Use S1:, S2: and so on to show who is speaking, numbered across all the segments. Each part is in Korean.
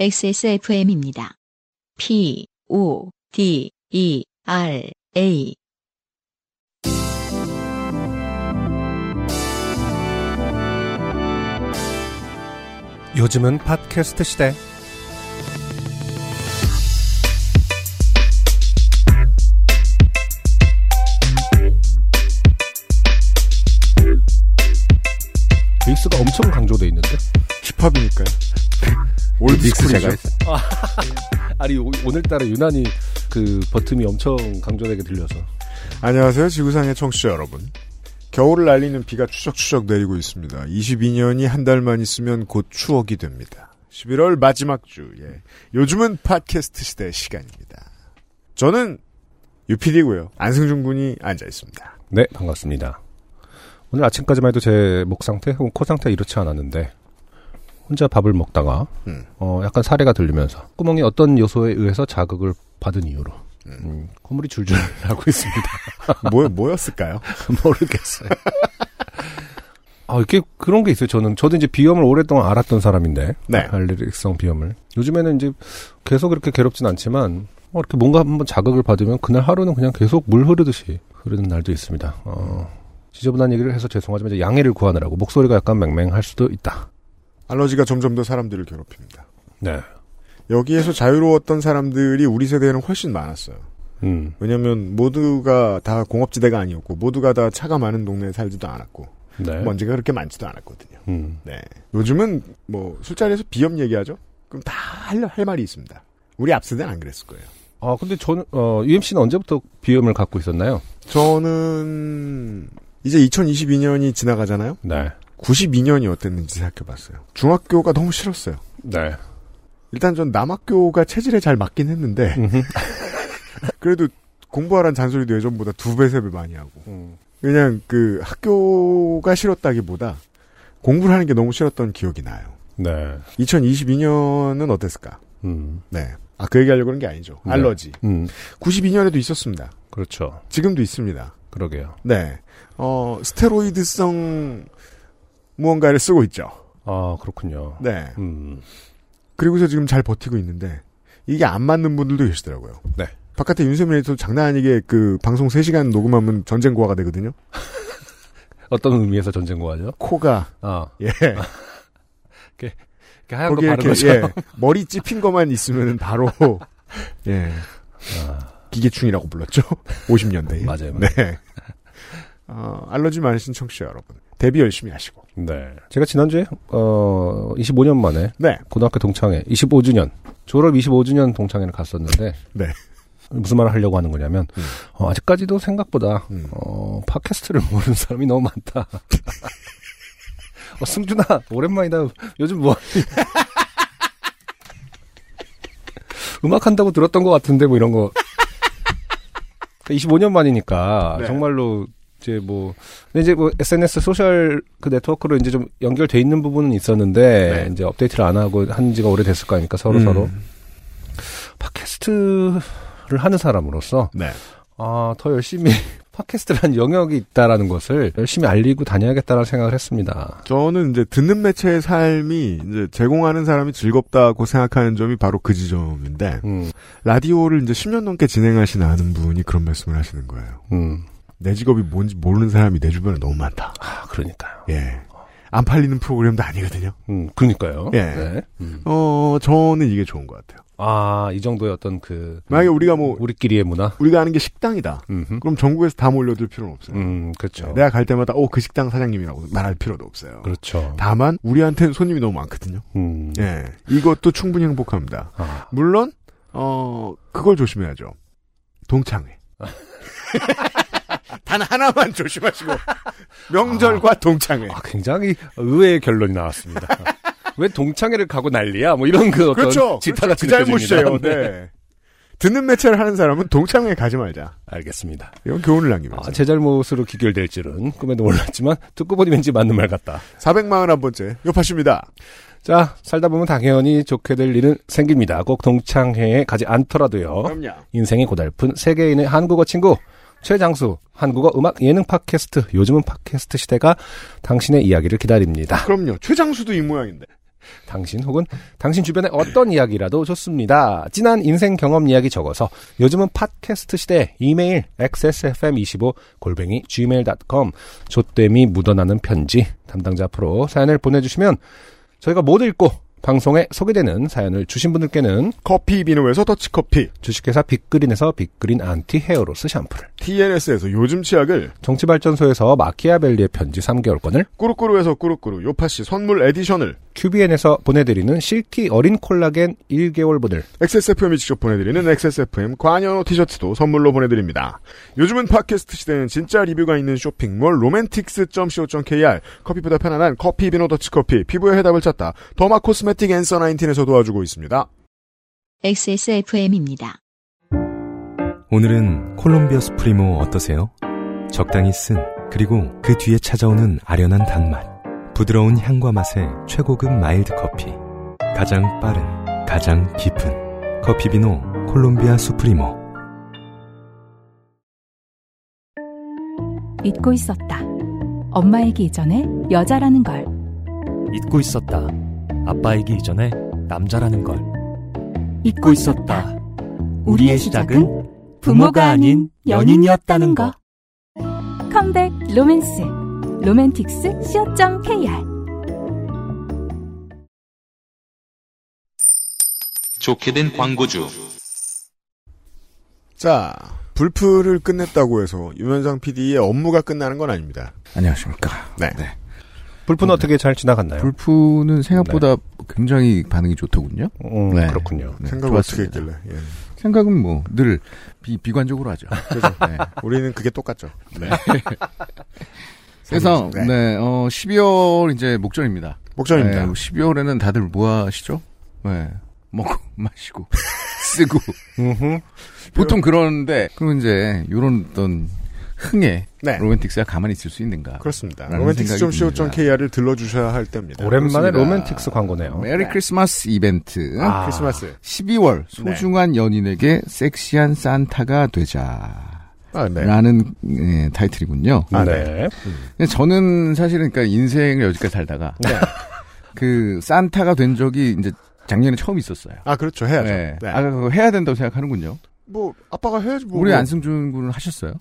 S1: XSFM입니다. P, O, D, E, R, A.
S2: 요즘은 팟캐스트 시대.
S3: 믹스가 엄청 강조돼 있는데
S4: 힙합이니까요.
S3: 믹스
S4: 올드스쿨이죠.
S3: 제가 했어요. 아니 오- 오늘따라 유난히 그 버튼이 엄청 강조되게 들려서
S4: 안녕하세요. 지구상의 청취자 여러분. 겨울을 알리는 비가 추적추적 내리고 있습니다. 22년이 한 달만 있으면 곧 추억이 됩니다. 11월 마지막 주, 예. 요즘은 팟캐스트 시대 시간입니다. 저는 유필이고요. 안승준 군이 앉아 있습니다.
S3: 네 반갑습니다. 오늘 아침까지만 해도 제 목 상태 혹은 코 상태 이렇지 않았는데 혼자 밥을 먹다가
S4: 음.
S3: 어, 약간 사례가 들리면서 구멍이 어떤 요소에 의해서 자극을 받은 이유로 음, 콧물이 줄줄 나고 있습니다.
S4: 뭐, 뭐였을까요?
S3: 모르겠어요. 아, 이렇게 그런 게 있어요. 저는 저도 이제 비염을 오랫동안 알았던 사람인데
S4: 네.
S3: 알레르기성 비염을 요즘에는 이제 계속 이렇게 괴롭진 않지만 어, 이렇게 뭔가 한번 자극을 받으면 그날 하루는 그냥 계속 물 흐르듯이 흐르는 날도 있습니다. 어, 지저분한 얘기를 해서 죄송하지만 이제 양해를 구하느라고 목소리가 약간 맹맹할 수도 있다.
S4: 알러지가 점점 더 사람들을 괴롭힙니다.
S3: 네.
S4: 여기에서 자유로웠던 사람들이 우리 세대에는 훨씬 많았어요.
S3: 음.
S4: 왜냐면 모두가 다 공업지대가 아니었고 모두가 다 차가 많은 동네에 살지도 않았고
S3: 네.
S4: 먼지가 그렇게 많지도 않았거든요.
S3: 음.
S4: 네. 요즘은 뭐 술자리에서 비염 얘기하죠? 그럼 다 할 말이 있습니다. 우리 앞세대는 안 그랬을 거예요.
S3: 아, 근데 저는 어, UMC는 언제부터 비염을 갖고 있었나요?
S4: 저는 이제 2022년이 지나가잖아요.
S3: 네.
S4: 92년이 어땠는지 생각해봤어요. 중학교가 너무 싫었어요.
S3: 네.
S4: 일단 전 남학교가 체질에 잘 맞긴 했는데 그래도 공부하라는 잔소리도 예전보다 두 배, 세 배 많이 하고
S3: 음.
S4: 그냥 그 학교가 싫었다기보다 공부를 하는 게 너무 싫었던 기억이 나요.
S3: 네.
S4: 2022년은 어땠을까?
S3: 음.
S4: 네. 아, 그 얘기하려고 그런 게 아니죠.
S3: 네.
S4: 알러지.
S3: 음.
S4: 92년에도 있었습니다.
S3: 그렇죠.
S4: 지금도 있습니다.
S3: 그러게요.
S4: 네. 어, 스테로이드성 무언가를 쓰고 있죠.
S3: 아, 그렇군요.
S4: 네.
S3: 음.
S4: 그리고서 지금 잘 버티고 있는데, 이게 안 맞는 분들도 계시더라고요.
S3: 네.
S4: 바깥에 윤세민 에디터 장난 아니게 그 방송 3시간 녹음하면 전쟁 고화가 되거든요.
S3: 어떤 의미에서 전쟁고하죠?
S4: 코가,
S3: 아,
S4: 예.
S3: 이렇게 하얀 거
S4: 거기에
S3: 바른
S4: 이렇게,
S3: 거죠?
S4: 예. 머리 찝힌 것만 있으면 바로, 예.
S3: 아,
S4: 기계충이라고 불렀죠. 50년대에.
S3: 맞아요, 맞아요.
S4: 네. 어, 알러지 많으신 청취자 여러분. 데뷔 열심히 하시고.
S3: 네. 제가 지난주에 어 25년 만에
S4: 네.
S3: 고등학교 동창회 25주년 졸업 25주년 동창회를 갔었는데
S4: 네.
S3: 무슨 말을 하려고 하는 거냐면
S4: 음.
S3: 어, 아직까지도 생각보다
S4: 음.
S3: 어 팟캐스트를 모르는 사람이 너무 많다. 어, 승준아 오랜만이다. 요즘 뭐 하니? 음악 한다고 들었던 것 같은데 뭐 이런 거. 25년 만이니까
S4: 네.
S3: 정말로 이제 뭐 근데 이제 뭐 SNS 소셜 그 네트워크로 이제 좀 연결돼 있는 부분은 있었는데 이제 업데이트를 안 하고 한 지가 오래됐을 거 아닙니까 서로 서로
S4: 네. 음.
S3: 팟캐스트를 하는 사람으로서
S4: 네.
S3: 아, 더 열심히 팟캐스트라는 영역이 있다라는 것을 열심히 알리고 다녀야겠다라는 생각을 했습니다.
S4: 저는 이제 듣는 매체의 삶이 이제 제공하는 사람이 즐겁다고 생각하는 점이 바로 그 지점인데
S3: 음,
S4: 라디오를 이제 10년 넘게 진행하신 아는 분이 그런 말씀을 하시는 거예요.
S3: 음.
S4: 내 직업이 뭔지 모르는 사람이 내 주변에 너무 많다.
S3: 아, 그러니까요.
S4: 예. 안 팔리는 프로그램도 아니거든요.
S3: 음, 그러니까요.
S4: 예.
S3: 네. 음.
S4: 어, 저는 이게 좋은 것 같아요.
S3: 아, 이 정도의 어떤 그.
S4: 만약에 우리가 뭐
S3: 우리끼리의 문화?
S4: 우리가 아는 게 식당이다.
S3: 음흠.
S4: 그럼 전국에서 다 몰려들 필요는 없어요. 네,
S3: 음, 그렇죠.
S4: 내가 갈 때마다 오 그 식당 사장님이라고 말할 필요도 없어요.
S3: 그렇죠.
S4: 다만 우리한테는 손님이 너무 많거든요.
S3: 음.
S4: 예, 이것도 충분히 행복합니다.
S3: 아,
S4: 물론 어 그걸 조심해야죠. 동창회. 단 하나만 조심하시고 명절과 동창회.
S3: 아, 굉장히 의외의 결론이 나왔습니다. 왜 동창회를 가고 난리야? 뭐 이런 그 어떤
S4: 그렇죠.
S3: 지타
S4: 그렇죠.
S3: 같은
S4: 그 잘못이에요. 네. 듣는 매체를 하는 사람은 동창회 가지 말자.
S3: 알겠습니다.
S4: 이건 교훈을 남기면서.
S3: 아, 제 잘못으로 귀결될 줄은 꿈에도 몰랐지만 듣고 보니 왠지 맞는 말 같다.
S4: 441번째 요파십니다.
S3: 자, 살다 보면 당연히 좋게 될 일은 생깁니다. 꼭 동창회에 가지
S5: 어?
S3: 않더라도요.
S4: 그럼요.
S3: 인생이 고달픈 세계인의 한국어 친구 최장수 한국어 음악 예능 팟캐스트 요즘은 팟캐스트 시대가 당신의 이야기를 기다립니다.
S4: 그럼요. 최장수도 이 모양인데.
S3: 당신 혹은 당신 주변의 어떤 이야기라도 좋습니다. 진한 인생 경험 이야기 적어서 요즘은 팟캐스트 시대 이메일 xsfm25 골뱅이 gmail.com 조땜이 묻어나는 편지 담당자 앞으로 사연을 보내주시면 저희가 모두 읽고 방송에 소개되는 사연을 주신 분들께는
S4: 커피 비누에서 더치커피,
S3: 주식회사 빅그린에서 빅그린 안티 헤어로스 샴푸를
S4: TNS에서 요즘 치약을,
S3: 정치발전소에서 마키아벨리의 편지 3개월권을
S4: 꾸루꾸루에서 꾸루꾸루 요파시 선물 에디션을,
S3: QBN에서 보내드리는 실티 어린 콜라겐 1개월분을
S4: XSFM이 직접 보내드리는 XSFM 관여노 티셔츠도 선물로 보내드립니다. 요즘은 팟캐스트 시대는 진짜 리뷰가 있는 쇼핑몰 로맨틱스.co.kr 커피보다 편안한 커피 비노 더치커피 피부의 해답을 찾다 더마 코스메틱 앤서 19에서 도와주고 있습니다.
S1: XSFM입니다.
S6: 오늘은 콜롬비아 수프리모 어떠세요? 적당히 쓴 그리고 그 뒤에 찾아오는 아련한 단맛 부드러운 향과 맛의 최고급 마일드 커피 가장 빠른 가장 깊은 커피 비노 콜롬비아 수프리모
S7: 잊고 있었다. 엄마이기 이전에 여자라는 걸.
S8: 잊고 있었다. 아빠이기 이전에 남자라는 걸. 잊고 있었다. 우리의 시작은 부모가 아닌 연인이었다는 거.
S7: 컴백 로맨스. 로맨틱스 co.kr
S9: 좋게 된 광고주.
S4: 자, 불프를 끝냈다고 해서 유면상 PD의 업무가 끝나는 건 아닙니다.
S5: 안녕하십니까.
S4: 네.
S3: 불프는 어떻게 잘 지나갔나요?
S5: 음. 불프는 생각보다 굉장히 반응이 좋더군요.
S3: 음,
S5: 네.
S3: 그렇군요.
S5: 네,
S4: 네. 생각을 어떻게
S5: 좋았습니다.
S4: 했길래. 예.
S5: 생각은 뭐 늘 비관적으로 하죠.
S4: 그죠.
S5: 네.
S4: 우리는 그게 똑같죠. 네.
S5: 그래서
S4: 네.
S5: 네. 어 12월 이제 목전입니다.
S4: 목전입니다.
S5: 네, 12월에는 다들 뭐 하시죠? 네. 먹고 마시고 쓰고
S3: 음흠.
S5: 보통 그러는데 그럼 이제 요런 어떤 흥에
S4: 네.
S5: 로맨틱스가 가만히 있을 수 있는가?
S4: 그렇습니다.
S5: 라는
S4: 로맨틱스 점
S5: 생각이
S4: co
S5: 듭니다.
S4: kr을 들러주셔야 할 때입니다.
S3: 네, 오랜만에
S5: 그렇습니다.
S3: 로맨틱스 광고네요.
S5: 메리 크리스마스 이벤트.
S3: 아,
S4: 크리스마스.
S5: 12월 소중한 연인에게 섹시한 산타가 되자.
S4: 아, 네.
S5: 라는 예, 타이틀이군요.
S4: 아,
S3: 네.
S5: 근데 저는 사실은 그러니까 인생을 여지까지 살다가 그 산타가 된 적이 이제 작년에 처음 있었어요.
S4: 아, 그렇죠. 해야죠.
S5: 네.
S4: 네.
S5: 아 그거 해야 된다고 생각하는군요.
S4: 뭐, 아빠가 해야지 뭐.
S5: 우리 안승준 군은 하셨어요?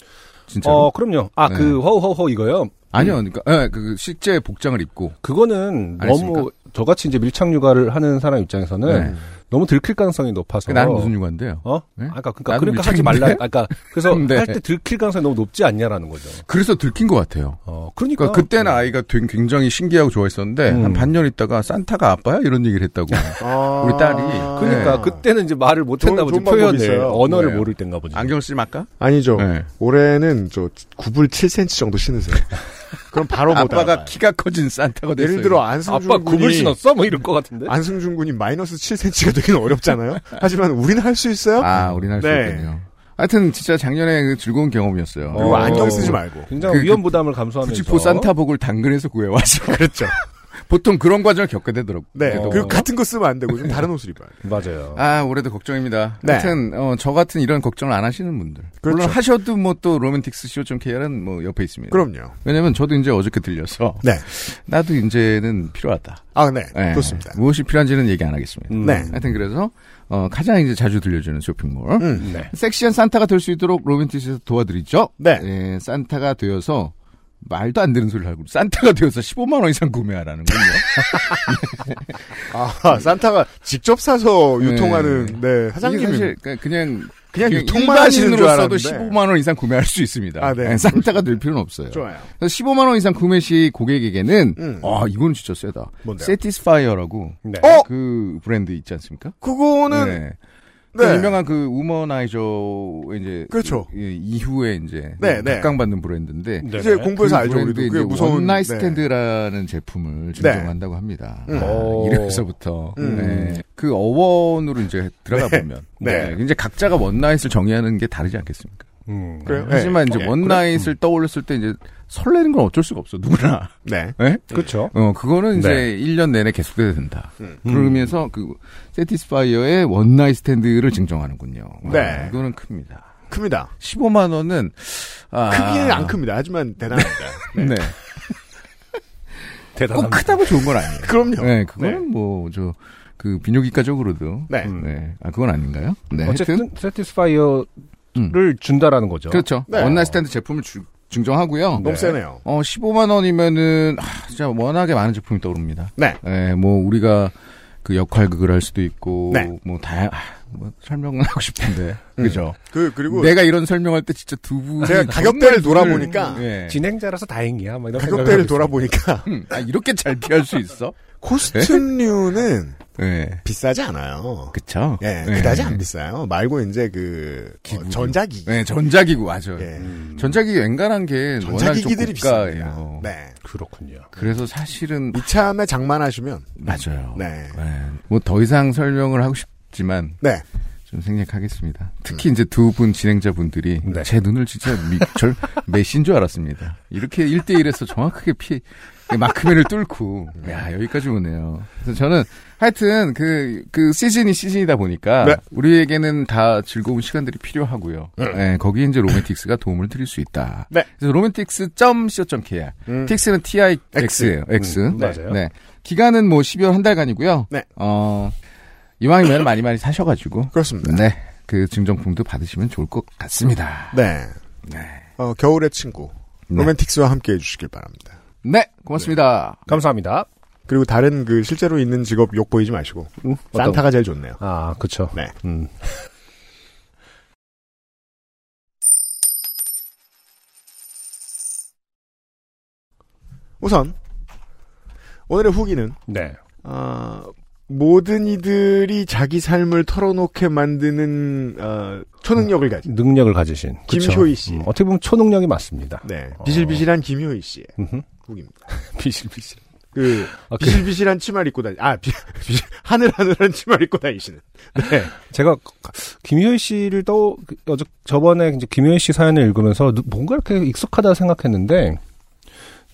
S5: 진짜?
S3: 어,
S5: 로
S3: 그럼요. 아,
S5: 네.
S3: 그, 허허허 이거요?
S5: 아니요, 그러니까 예, 그 실제 복장을 입고
S3: 그거는
S5: 안
S3: 너무, 저같이 이제 밀착 육아를 하는 사람 입장에서는
S5: 네.
S3: 너무 들킬 가능성이 높아서.
S5: 그 나는 무슨 유관데요?
S3: 어?
S5: 네?
S3: 아까 그러니까
S5: 나는
S3: 그러니까 하지
S5: 밀착인데?
S3: 말라. 아까 그래서
S5: 네.
S3: 할 때 들킬 가능성이 너무 높지 않냐라는 거죠.
S5: 그래서 들킨 것 같아요.
S3: 어, 그러니까,
S5: 그러니까 그때는 아이가 되게 굉장히 신기하고 좋아했었는데
S3: 음.
S5: 한 반년 있다가 산타가 아빠야 이런 얘기를 했다고.
S4: 아.
S5: 우리 딸이.
S3: 그러니까
S4: 네.
S3: 그때는 이제 말을 못
S4: 좋은-
S3: 했나 보지.
S4: 좋은 방법이
S3: 표현을
S4: 있어요.
S3: 언어를
S5: 네.
S3: 모를 땐가 보지.
S5: 안경 쓰지 말까?
S4: 아니죠.
S5: 네.
S4: 올해는 저 9불 7cm 정도 신으세요. 그럼 바로 못
S5: 아빠가
S4: 알아봐요.
S5: 키가 커진 산타가 됐어요.
S4: 예를 들어
S3: 아빠
S4: 안승준
S3: 굽을
S4: 군이
S3: 신었어? 뭐 이럴 것 같은데.
S4: 안승준 군이 마이너스 7cm가 되기는 어렵잖아요. 하지만 우리는 할 수 있어요.
S5: 아, 우리는 할수
S4: 네.
S5: 있군요. 하여튼 진짜 작년에 그 즐거운 경험이었어요.
S4: 그리고
S3: 어.
S4: 안경 쓰지 말고.
S3: 굉장히
S5: 그-
S3: 위험 부담을 감수하면서.
S5: 구치포 산타복을 당근에서 구해와서
S4: 그렇죠.
S5: 보통 그런 과정을 겪게 되더라고요.
S4: 네.
S3: 어.
S5: 뭐.
S4: 그 같은 거 쓰면 안 되고 좀 다른 옷을 입어야 돼.
S3: 맞아요.
S5: 아, 올해도 걱정입니다.
S4: 네.
S5: 하여튼 어, 저 같은 이런 걱정을 안 하시는 분들.
S4: 그렇죠.
S5: 물론 하셔도 뭐 또 로맨틱스 쇼.kr은 뭐 옆에 있습니다.
S4: 그럼요.
S5: 왜냐면 저도 이제 어저께 들려서
S4: 네.
S5: 나도 이제는 필요하다.
S4: 아, 네.
S5: 예.
S4: 좋습니다.
S5: 무엇이 필요한지는 얘기 안 하겠습니다.
S3: 음.
S4: 네.
S5: 하여튼 그래서 어, 가장 이제 자주 들려주는 쇼핑몰
S4: 음.
S3: 네.
S5: 섹시한 산타가 될 수 있도록 로맨틱스에서 도와드리죠.
S4: 네.
S5: 예, 산타가 되어서 말도 안 되는 소리를 하고 산타가 되어서 15만 원 이상 구매하라는 뭐. 거예요.
S4: 아, 산타가 직접 사서
S5: 네.
S4: 유통하는 네, 사장님이
S5: 이게 사실 그- 그냥
S4: 그냥 유통만 하시는 줄
S5: 일반인으로서도
S4: 알았는데.
S5: 15만 원 이상 구매할 수 있습니다.
S4: 아, 네.
S5: 예, 산타가 될 필요는 없어요.
S4: 좋아요.
S5: 그래서 15만 원 이상 구매 시 고객에게는
S4: 음.
S5: 아 이건 진짜 세다.
S4: 뭔데요?
S5: 세티스파이어라고
S3: 네.
S4: 어?
S5: 그 브랜드 있지 않습니까?
S4: 그거는
S5: 네.
S4: 네.
S5: 그 유명한 그 우머나이저 이제
S4: 그렇죠.
S5: 이- 이후에 이제
S4: 네, 네.
S5: 각광받는 브랜드인데
S3: 네. 네.
S4: 이제 공부해서
S5: 그
S4: 알죠. 우리도
S5: 브랜드의
S4: 그게
S5: 이제
S4: 무서운
S5: 원나잇
S4: 네.
S5: 스탠드라는 제품을 증정한다고 합니다.
S4: 음.
S5: 아,
S3: 오.
S5: 이래서부터
S4: 음.
S5: 네. 그 어원으로 이제 들어가
S4: 네.
S5: 보면
S4: 네.
S5: 네. 이제 각자가 원나잇을 정의하는 게 다르지 않겠습니까?
S3: 음.
S4: 그래요? 네.
S5: 하지만 이제
S4: 예,
S5: 원나잇을 떠올렸을 때 이제 설레는 건 어쩔 수가 없어 누구나.
S4: 네.
S5: 네?
S3: 그렇죠.
S5: 어 그거는 이제
S3: 네.
S5: 1년 내내 계속돼야 된다.
S4: 음.
S5: 그러면서 그 세티스파이어의 원나잇 스탠드를 증정하는군요. 와,
S4: 네.
S5: 이거는 큽니다.
S4: 큽니다.
S5: 15만 원은 아,
S4: 크기는 안 큽니다. 하지만 대단합니다.
S5: 네. 꼭
S3: 대단합니다.
S5: 크다고 좋은 건 아니에요.
S4: 그럼요.
S5: 네, 그거는 뭐, 저, 그, 비뇨기과적으로도.
S4: 네.
S5: 음, 네. 아, 그건 아닌가요? 네. 하여튼,
S10: 어쨌든 세티스파이어를 준다라는 거죠.
S5: 그렇죠.
S4: 네.
S5: 원나잇 스탠드 제품을 주- 증정하고요.
S4: 너무 세네요.
S5: 어, 15만원이면은, 아, 진짜 워낙에 많은 제품이 떠오릅니다.
S4: 네.
S5: 예, 뭐, 우리가 그 역할극을 할 수도 있고,
S4: 네.
S5: 뭐, 다, 아, 뭐, 설명은 하고 싶은데. 그죠.
S4: 그 그리고
S5: 내가 이런 설명할 때 진짜 두 분이.
S4: 제가 가격대를
S5: 정말
S4: 돌아보니까
S5: 그- 예.
S3: 네. 진행자라서 다행이야. 막 이런 생각을 하고
S4: 가격대를
S3: 있습니다.
S4: 돌아보니까
S5: 음, 아, 이렇게 잘 피할 수 있어?
S4: 코스튬류는
S5: 예.
S4: 비싸지 않아요.
S5: 그쵸.
S4: 예,
S5: 예.
S4: 그다지 안 비싸요. 말고 이제 그 어, 전자기기.
S5: 네, 음. 전자기구 맞아요.
S4: 예.
S5: 전자기기 웬간한 게 워낙 좀
S4: 전자기기들이
S5: 고가예요.
S4: 비쌉니다. 네.
S3: 그렇군요.
S5: 그래서 사실은
S4: 이참에 장만하시면
S5: 맞아요.
S4: 네.
S5: 뭐 더 이상 설명을 하고 싶지만
S4: 네.
S5: 좀 생략하겠습니다. 특히 이제 두 분 진행자분들이
S3: 네.
S5: 제 눈을 진짜 미, 절 메신 줄 알았습니다. 이렇게 1대1에서 정확하게 피 마크맨을 뚫고 야 여기까지 오네요. 그래서 저는 하여튼 그, 그 시즌이 시즌이다 보니까
S4: 네.
S5: 우리에게는 다 즐거운 시간들이 필요하고요.
S4: 음.
S5: 예, 거기에 이제 로맨틱스가 도움을 드릴 수 있다.
S4: 네.
S5: 그래서 로맨틱스.co.kr
S4: 음.
S5: 틱스는 TIX예요. X.
S3: 음,
S5: 네.
S3: 맞아요.
S5: 네. 기간은 뭐 12월 한 달간이고요.
S4: 네.
S5: 어, 이왕이면 많이 많이 사셔가지고.
S4: 그렇습니다.
S5: 네. 그 증정품도 받으시면 좋을 것 같습니다.
S4: 네. 어, 겨울의 친구
S5: 네.
S4: 로맨틱스와 함께 해주시길 바랍니다.
S5: 네. 고맙습니다.
S3: 감사합니다.
S4: 그리고 다른 그 실제로 있는 직업 욕 보이지 마시고
S3: 음, 어떤-
S4: 산타가 제일 좋네요.
S3: 아, 그쵸.
S4: 네.
S3: 음.
S4: 우선 오늘의 후기는
S3: 네.
S4: 아, 모든 이들이 자기 삶을 털어놓게 만드는 어, 초능력을 가진
S3: 능력을 가지신. 그쵸.
S4: 김효희 씨.
S3: 음, 어떻게 보면 초능력이 맞습니다.
S4: 네 비실비실한 김효희 씨의
S3: 음흠.
S4: 후기입니다.
S3: 비실비실.
S4: 그
S3: 아, 그-
S4: 비실비실한 치마를 입고 다니 아 비, 비- 하늘하늘한 치마를 입고 다니시는 네
S3: 제가 김효희 씨를 또 어저 저번에 이제 김효희 씨 사연을 읽으면서 누- 뭔가 이렇게 익숙하다 생각했는데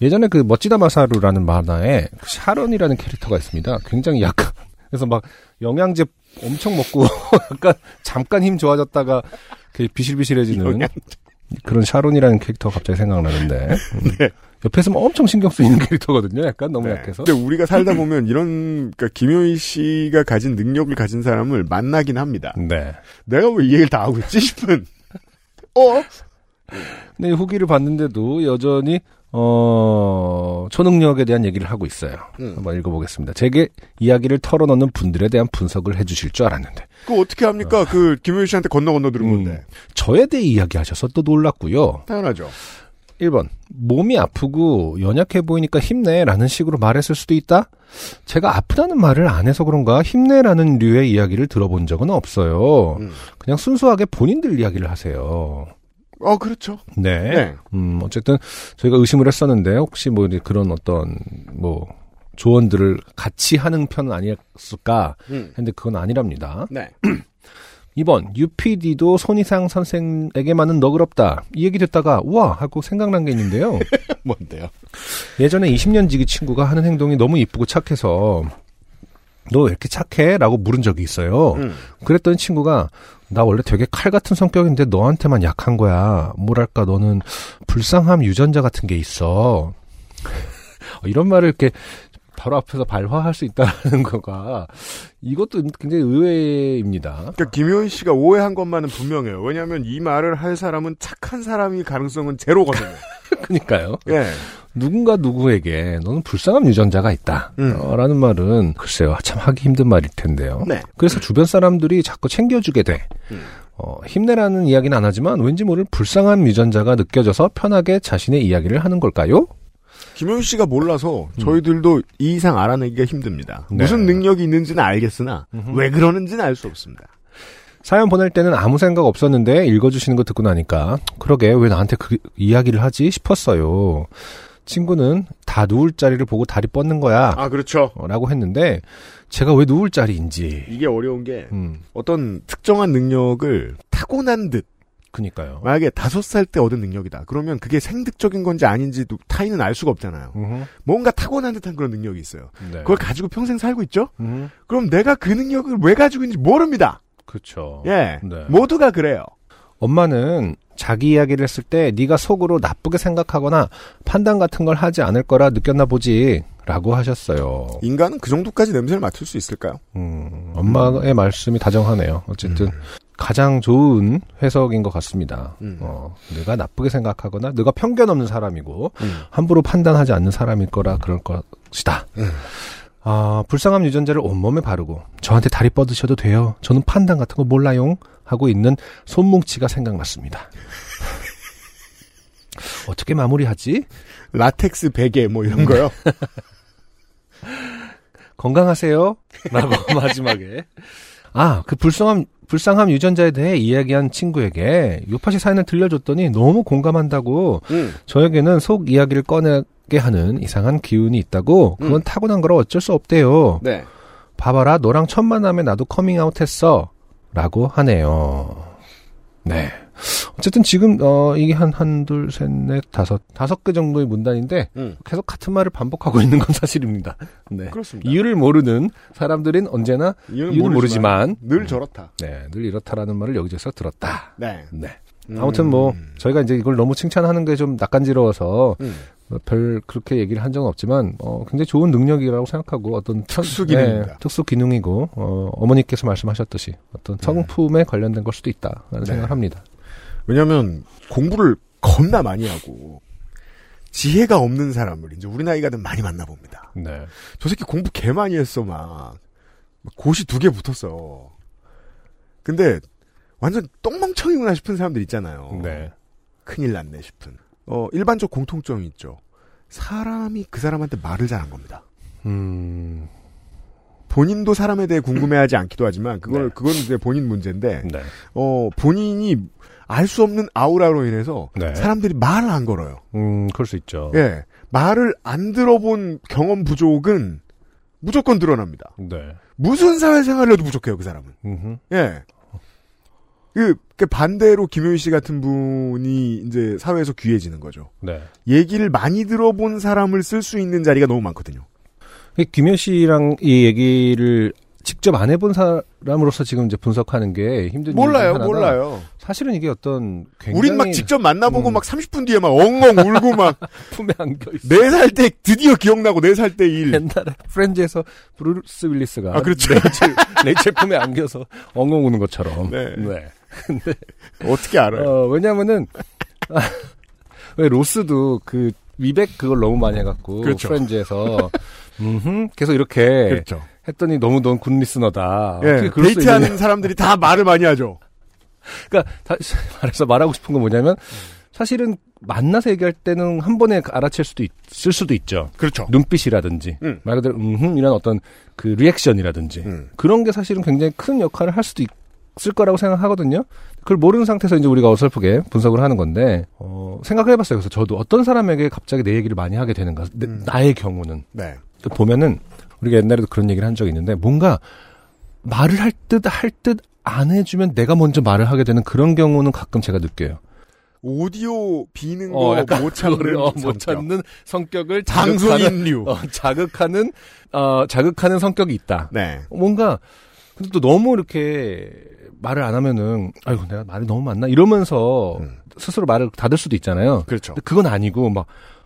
S3: 예전에 그 멋지다 마사루라는 만화에 그 샤론이라는 캐릭터가 있습니다. 굉장히 약간 그래서 막 영양제 엄청 먹고 약간 잠깐 힘 좋아졌다가 이렇게 비실비실해지는 그런 샤론이라는 캐릭터가 갑자기 생각나는데 음. 옆에서 막 엄청 신경 쓰이는 캐릭터거든요. 약간 너무
S4: 네.
S3: 약해서
S4: 근데 우리가 살다 보면 이런 그러니까 김효희 씨가 가진 능력을 가진 사람을 만나긴 합니다.
S3: 네.
S4: 내가 왜 이 얘기를 다 하고 있지 싶은 어
S3: 근데 이 네, 후기를 봤는데도 여전히 어 초능력에 대한 얘기를 하고 있어요.
S4: 음.
S3: 한번 읽어보겠습니다. 제게 이야기를 털어놓는 분들에 대한 분석을 해주실 줄 알았는데
S4: 그거 어떻게 합니까? 그 김효희 씨한테 건너 건너 들은
S3: 음.
S4: 건데
S3: 저에 대해 이야기하셔서 또 놀랐고요.
S4: 당연하죠.
S3: 1번 몸이 아프고 연약해 보이니까 힘내라는 식으로 말했을 수도 있다. 제가 아프다는 말을 안 해서 그런가 힘내라는 류의 이야기를 들어본 적은 없어요.
S4: 음.
S3: 그냥 순수하게 본인들 이야기를 하세요.
S4: 어 그렇죠.
S3: 네.
S4: 네.
S3: 음, 어쨌든 저희가 의심을 했었는데 혹시 뭐 이제 그런 어떤 뭐 조언들을 같이 하는 편은 아니었을까
S4: 음.
S3: 했는데 그건 아니랍니다.
S4: 네.
S3: 2번 UPD도 손이상 선생에게만은 너그럽다. 이 얘기 듣다가 우와 하고 생각난 게 있는데요.
S4: 뭔데요?
S3: 예전에 20년 지기 친구가 하는 행동이 너무 이쁘고 착해서 너 왜 이렇게 착해? 라고 물은 적이 있어요.
S4: 음.
S3: 그랬더니 친구가 나 원래 되게 칼 같은 성격인데 너한테만 약한 거야. 뭐랄까 너는 불쌍함 유전자 같은 게 있어. 어, 이런 말을 이렇게 바로 앞에서 발화할 수 있다는 거가 이것도 굉장히 의외입니다.
S4: 그러니까 김효희 씨가 오해한 것만은 분명해요. 왜냐하면 이 말을 할 사람은 착한 사람이 가능성은 제로거든요.
S3: 그러니까요.
S4: 예.
S3: 누군가 누구에게 너는 불쌍함 유전자가 있다.
S4: 음.
S3: 어, 라는 말은 글쎄요. 참 하기 힘든 말일 텐데요.
S4: 네. 음.
S3: 그래서 주변 사람들이 자꾸 챙겨주게 돼. 어, 힘내라는 이야기는 안 하지만 왠지 모를 불쌍한 유전자가 느껴져서 편하게 자신의 이야기를 하는 걸까요?
S4: 김효희 씨가 몰라서 저희들도 이 이상 알아내기가 힘듭니다.
S3: 네.
S4: 무슨 능력이 있는지는 알겠으나 왜 그러는지는 알 수 없습니다.
S3: 사연 보낼 때는 아무 생각 없었는데 읽어주시는 거 듣고 나니까 그러게 왜 나한테 그 이야기를 하지 싶었어요. 친구는 다 누울 자리를 보고 다리 뻗는 거야
S4: 아 그렇죠.
S3: 어, 라고 했는데 제가 왜 누울 자리인지
S4: 이게 어려운 게
S3: 음,
S4: 어떤 특정한 능력을 타고난 듯
S3: 그니까요.
S4: 만약에 다섯 살 때 얻은 능력이다. 그러면 그게 생득적인 건지 아닌지도 타인은 알 수가 없잖아요.
S3: 음흠,
S4: 뭔가 타고난 듯한 그런 능력이 있어요.
S3: 네.
S4: 그걸 가지고 평생 살고 있죠?
S3: 음흠,
S4: 그럼 내가 그 능력을 왜 가지고 있는지 모릅니다.
S3: 그렇죠.
S4: 예.
S3: 네.
S4: 모두가 그래요.
S3: 엄마는 자기 이야기를 했을 때 네가 속으로 나쁘게 생각하거나 판단 같은 걸 하지 않을 거라 느꼈나 보지 라고 하셨어요.
S4: 인간은 그 정도까지 냄새를 맡을 수 있을까요?
S3: 음, 엄마의 말씀이 다정하네요. 어쨌든 가장 좋은 해석인 것 같습니다.
S4: 음.
S3: 어, 내가 나쁘게 생각하거나 내가 편견 없는 사람이고
S4: 음.
S3: 함부로 판단하지 않는 사람일 거라 그럴 것이다.
S4: 음.
S3: 아, 불쌍함 유전자를 온몸에 바르고 저한테 다리 뻗으셔도 돼요. 저는 판단 같은 거 몰라용 하고 있는 손뭉치가 생각났습니다. 어떻게 마무리하지?
S4: 라텍스 베개 뭐 이런 거요.
S3: 건강하세요. 라고 마지막에. 아, 그 불쌍함, 불쌍함 유전자에 대해 이야기한 친구에게 요파시 사연을 들려줬더니 너무 공감한다고
S4: 음.
S3: 저에게는 속 이야기를 꺼내게 하는 이상한 기운이 있다고 그건
S4: 음.
S3: 타고난 거라 어쩔 수 없대요.
S4: 네.
S3: 봐봐라, 너랑 첫 만남에 나도 커밍아웃 했어. 라고 하네요. 네. 어쨌든 지금, 어, 이게 한, 한, 둘, 셋, 넷, 다섯, 다섯 개 정도의 문단인데
S4: 음.
S3: 계속 같은 말을 반복하고 있는 건 사실입니다. 네.
S4: 그렇습니다.
S3: 이유를 모르는 사람들은 언제나
S4: 이유는,
S3: 이유는 모르지만,
S4: 늘 저렇다.
S3: 네, 늘 이렇다라는 말을 여기저기서 들었다.
S4: 네.
S3: 네.
S4: 음.
S3: 아무튼 뭐 저희가 이제 이걸 너무 칭찬하는 게 좀 낯간지러워서
S4: 음.
S3: 뭐별 그렇게 얘기를 한 적은 없지만 어 굉장히 좋은 능력이라고 생각하고 어떤 편-
S4: 특수 기능입니다.
S3: 특수 기능이고 어 어머니께서 말씀하셨듯이 어떤 성품에 관련된 걸 수도 있다라는
S4: 네.
S3: 생각을 합니다.
S4: 왜냐면 공부를 겁나 많이 하고 지혜가 없는 사람을 이제 우리 나이가 든 많이 만나봅니다.
S3: 네.
S4: 저 새끼 공부 개 많이 했어 막 고시 두 개 붙었어. 근데 완전 똥망청이구나 싶은 사람들 있잖아요.
S3: 네.
S4: 큰일 났네 싶은. 어 일반적 공통점이 있죠. 사람이 그 사람한테 말을 잘 한 겁니다.
S3: 음.
S4: 본인도 사람에 대해 궁금해하지 않기도 하지만 그걸
S3: 네.
S4: 그건 이제 본인 문제인데
S3: 네.
S4: 어 본인이 알 수 없는 아우라로 인해서
S3: 네.
S4: 사람들이 말을 안 걸어요.
S3: 음, 그럴 수 있죠.
S4: 예. 말을 안 들어본 경험 부족은 무조건 드러납니다.
S3: 네.
S4: 무슨 사회생활을 해도 부족해요, 그 사람은.
S3: 음흠.
S4: 예. 그, 그 반대로 김효희 씨 같은 분이 이제 사회에서 귀해지는 거죠.
S3: 네.
S4: 얘기를 많이 들어본 사람을 쓸 수 있는 자리가 너무 많거든요.
S3: 이 김현 씨랑 이 얘기를 직접 안 해본 사람으로서 지금 이제 분석하는 게 힘든 이유 중에 음, 하나가 사실은 이게 어떤 굉장히
S4: 우린 막 직접 만나보고
S3: 음.
S4: 막 30분 뒤에 막 엉엉 울고 막,
S3: 품에 안겨 있어.
S4: 네 살 때 드디어 기억나고 네 살 때 일.
S3: 옛날에 프렌즈에서 브루스 윌리스가
S4: 아, 그렇죠.
S3: 레이첼, 레이첼 품에 안겨서 엉엉 우는 것처럼.
S4: 네. 어떻게 알아요?
S3: 어, 왜냐면은 아, 왜 로스도 그 미백 그걸 너무 많이 해갖고
S4: 그렇죠.
S3: 프렌즈에서 음흠, 계속 이렇게
S4: 그렇죠.
S3: 했더니 너무 넌 굿리스너다.
S4: 예.
S3: 네. 어떻게 그럴 수
S4: 데이트하는
S3: 있느냐.
S4: 사람들이 다 말을 많이 하죠.
S3: 그러니까 다시 말해서 말하고 싶은 건 뭐냐면 사실은 만나서 얘기할 때는 한 번에 알아챌 수도 있을 수도 있죠.
S4: 그렇죠.
S3: 눈빛이라든지
S4: 음.
S3: 말 그대로 음흠 이런 어떤 그 리액션이라든지
S4: 음.
S3: 그런 게 사실은 굉장히 큰 역할을 할 수도 있을 거라고 생각하거든요. 그걸 모르는 상태에서 이제 우리가 어설프게 분석을 하는 건데 어, 생각해봤어요. 그래서 저도 어떤 사람에게 갑자기 내 얘기를 많이 하게 되는가. 내-
S4: 음.
S3: 나의 경우는
S4: 네.
S3: 그 보면은 우리가 옛날에도 그런 얘기를 한 적이 있는데 뭔가 말을 할 듯 할 듯 안 해주면 내가 먼저 말을 하게 되는 그런 경우는 가끔 제가 느껴요.
S4: 오디오 비는
S3: 어,
S4: 거
S3: 약간
S4: 뭐 못 참는
S3: 그거를, 어,
S4: 성격.
S3: 못 찾는 성격을 자극하는
S4: 방송인류.
S3: 어, 자극하는 어, 자극하는 성격이 있다.
S4: 네.
S3: 뭔가 근데 또 너무 이렇게 말을 안 하면은 아이고 내가 말이 너무 많나 이러면서
S4: 음.
S3: 스스로 말을 닫을 수도 있잖아요.
S4: 그렇죠.
S3: 근데 그건 아니고 막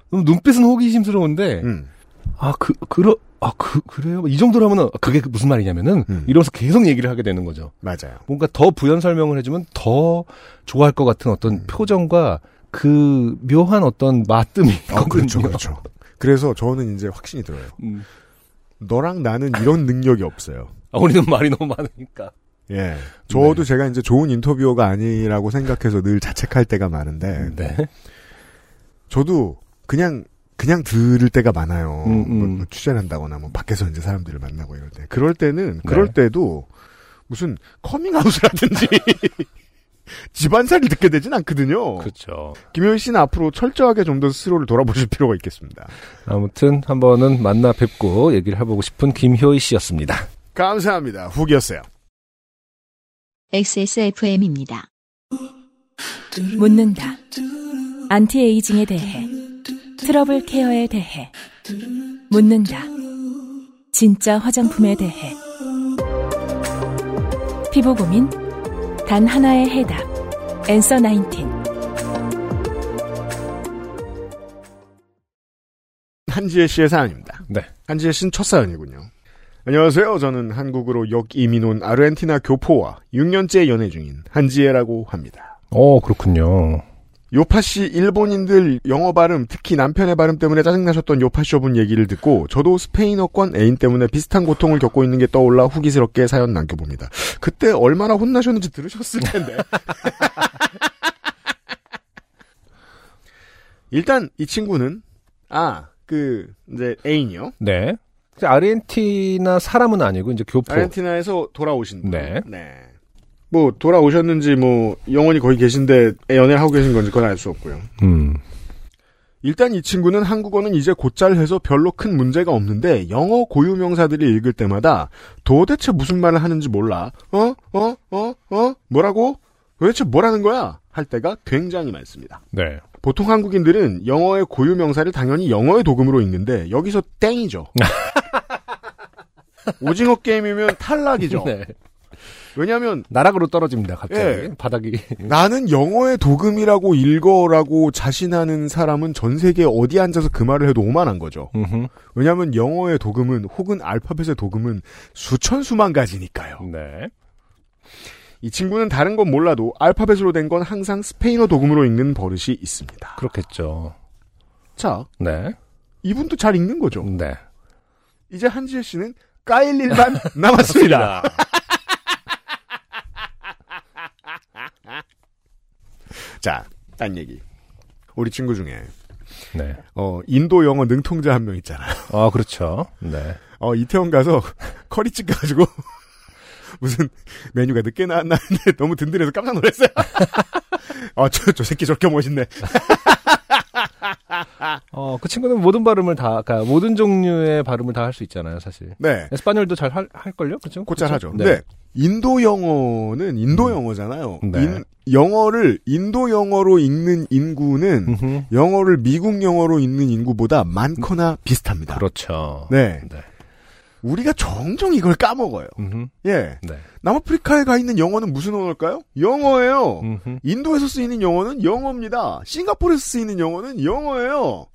S3: 너무 눈빛은 호기심스러운데
S4: 음.
S3: 아 그 그러 아 그 그래요 이 정도로 하면은 아, 그게 무슨 말이냐면은
S4: 음.
S3: 이러면서 계속 얘기를 하게 되는 거죠.
S4: 맞아요.
S3: 뭔가 더 부연 설명을 해주면 더 좋아할 것 같은 어떤
S4: 음.
S3: 표정과 그 묘한 어떤 아, 맞뜸이
S4: 어, 그렇죠,
S3: 있거든요.
S4: 그렇죠. 그래서 저는 이제 확신이 들어요.
S3: 음.
S4: 너랑 나는 이런 능력이 없어요.
S3: 아, 우리는 말이 너무 많으니까.
S4: 예. 저도
S3: 네.
S4: 제가 이제 좋은 인터뷰어가 아니라고 생각해서 늘 자책할 때가 많은데,
S3: 네.
S4: 저도 그냥, 그냥 들을 때가 많아요.
S3: 음, 음.
S4: 뭐, 뭐 취재를 한다거나, 뭐, 밖에서 이제 사람들을 만나고 이럴 때. 그럴
S3: 네.
S4: 때는, 그럴 때도, 무슨, 커밍아웃이라든지, 집안사를 듣게 되진 않거든요.
S3: 그렇죠.
S4: 김효희 씨는 앞으로 철저하게 좀 더 스스로를 돌아보실 필요가 있겠습니다.
S3: 아무튼 한 번은 만나 뵙고 얘기를 해보고 싶은 김효희 씨였습니다.
S4: 감사합니다. 후기였어요.
S1: XSFM입니다.
S7: 묻는다. 안티에이징에 대해. 트러블 케어에 대해. 묻는다. 진짜 화장품에 대해. 피부 고민? 단 하나의 해답. 앤서 19.
S4: 한지혜 씨의 사연입니다.
S3: 네.
S4: 한지혜 씨는 첫 사연이군요. 안녕하세요. 저는 한국으로 역이민 온 아르헨티나 교포와 6년째 연애 중인 한지혜라고 합니다.
S3: 어, 그렇군요.
S4: 요파 씨 일본인들 영어 발음, 특히 남편의 발음 때문에 짜증나셨던 요파 쇼분 얘기를 듣고 저도 스페인어권 애인 때문에 비슷한 고통을 겪고 있는 게 떠올라 후기스럽게 사연 남겨봅니다. 그때 얼마나 혼나셨는지 들으셨을 텐데. 일단 이 친구는 아, 그 이제 애인이요.
S3: 네. 근데 아르헨티나 사람은 아니고 이제 교포.
S4: 아르헨티나에서 돌아오신 분.
S3: 네.
S4: 뭐 돌아오셨는지 뭐 영원히 거기 계신데 연애를 하고 계신 건지 그건 알 수 없고요.
S3: 음.
S4: 일단 이 친구는 한국어는 이제 곧잘 해서 별로 큰 문제가 없는데 영어 고유 명사들이 읽을 때마다 도대체 무슨 말을 하는지 몰라. 어? 어? 어? 어? 뭐라고? 도대체 뭐라는 거야? 할 때가 굉장히 많습니다.
S3: 네.
S4: 보통 한국인들은 영어의 고유 명사를 당연히 영어의 도금으로 읽는데 여기서 땡이죠. 오징어 게임이면 탈락이죠.
S3: 네.
S4: 왜냐하면
S3: 나락으로 떨어집니다. 갑자기
S4: 예.
S3: 바닥이.
S4: 나는 영어의 도금이라고 읽어라고 자신하는 사람은 전 세계 어디 앉아서 그 말을 해도 오만한 거죠.
S3: 음흠.
S4: 왜냐하면 영어의 도금은 혹은 알파벳의 도금은 수천 수만 가지니까요.
S3: 네.
S4: 이 친구는 다른 건 몰라도 알파벳으로 된 건 항상 스페인어 도금으로 읽는 버릇이 있습니다.
S3: 그렇겠죠.
S4: 자,
S3: 네.
S4: 이분도 잘 읽는 거죠.
S3: 네.
S4: 이제 한지혜 씨는 까일 일만 남았습니다. 자, 딴 얘기. 우리 친구 중에
S3: 네.
S4: 어 인도 영어 능통자 한 명 있잖아.
S3: 아, 그렇죠. 네.
S4: 어 이태원 가서 커리집 가지고 무슨 메뉴가 늦게 나왔나 했는데 너무 든든해서 깜짝 놀랐어요. 아저저 새끼 저렇게 멋있네.
S3: 어, 그 친구는 모든 발음을 다, 그러니까 모든 종류의 발음을 다 할 수 있잖아요, 사실.
S4: 네.
S3: 에스파뇰도 잘 할, 할걸요? 그죠?
S4: 곧잘 하죠.
S3: 그죠?
S4: 네. 인도 영어는 인도 영어잖아요.
S3: 네.
S4: 인- 영어를 인도 영어로 읽는 인구는
S3: 음흠.
S4: 영어를 미국 영어로 읽는 인구보다 많거나 비슷합니다.
S3: 음. 그렇죠.
S4: 네.
S3: 네.
S4: 우리가 종종 이걸 까먹어요.
S3: 음흠.
S4: 예.
S3: 네.
S4: 남아프리카에 가 있는 영어는 무슨 언어일까요? 영어예요.
S3: 음흠.
S4: 인도에서 쓰이는 영어는 영어입니다. 싱가포르에서 쓰이는 영어는 영어예요.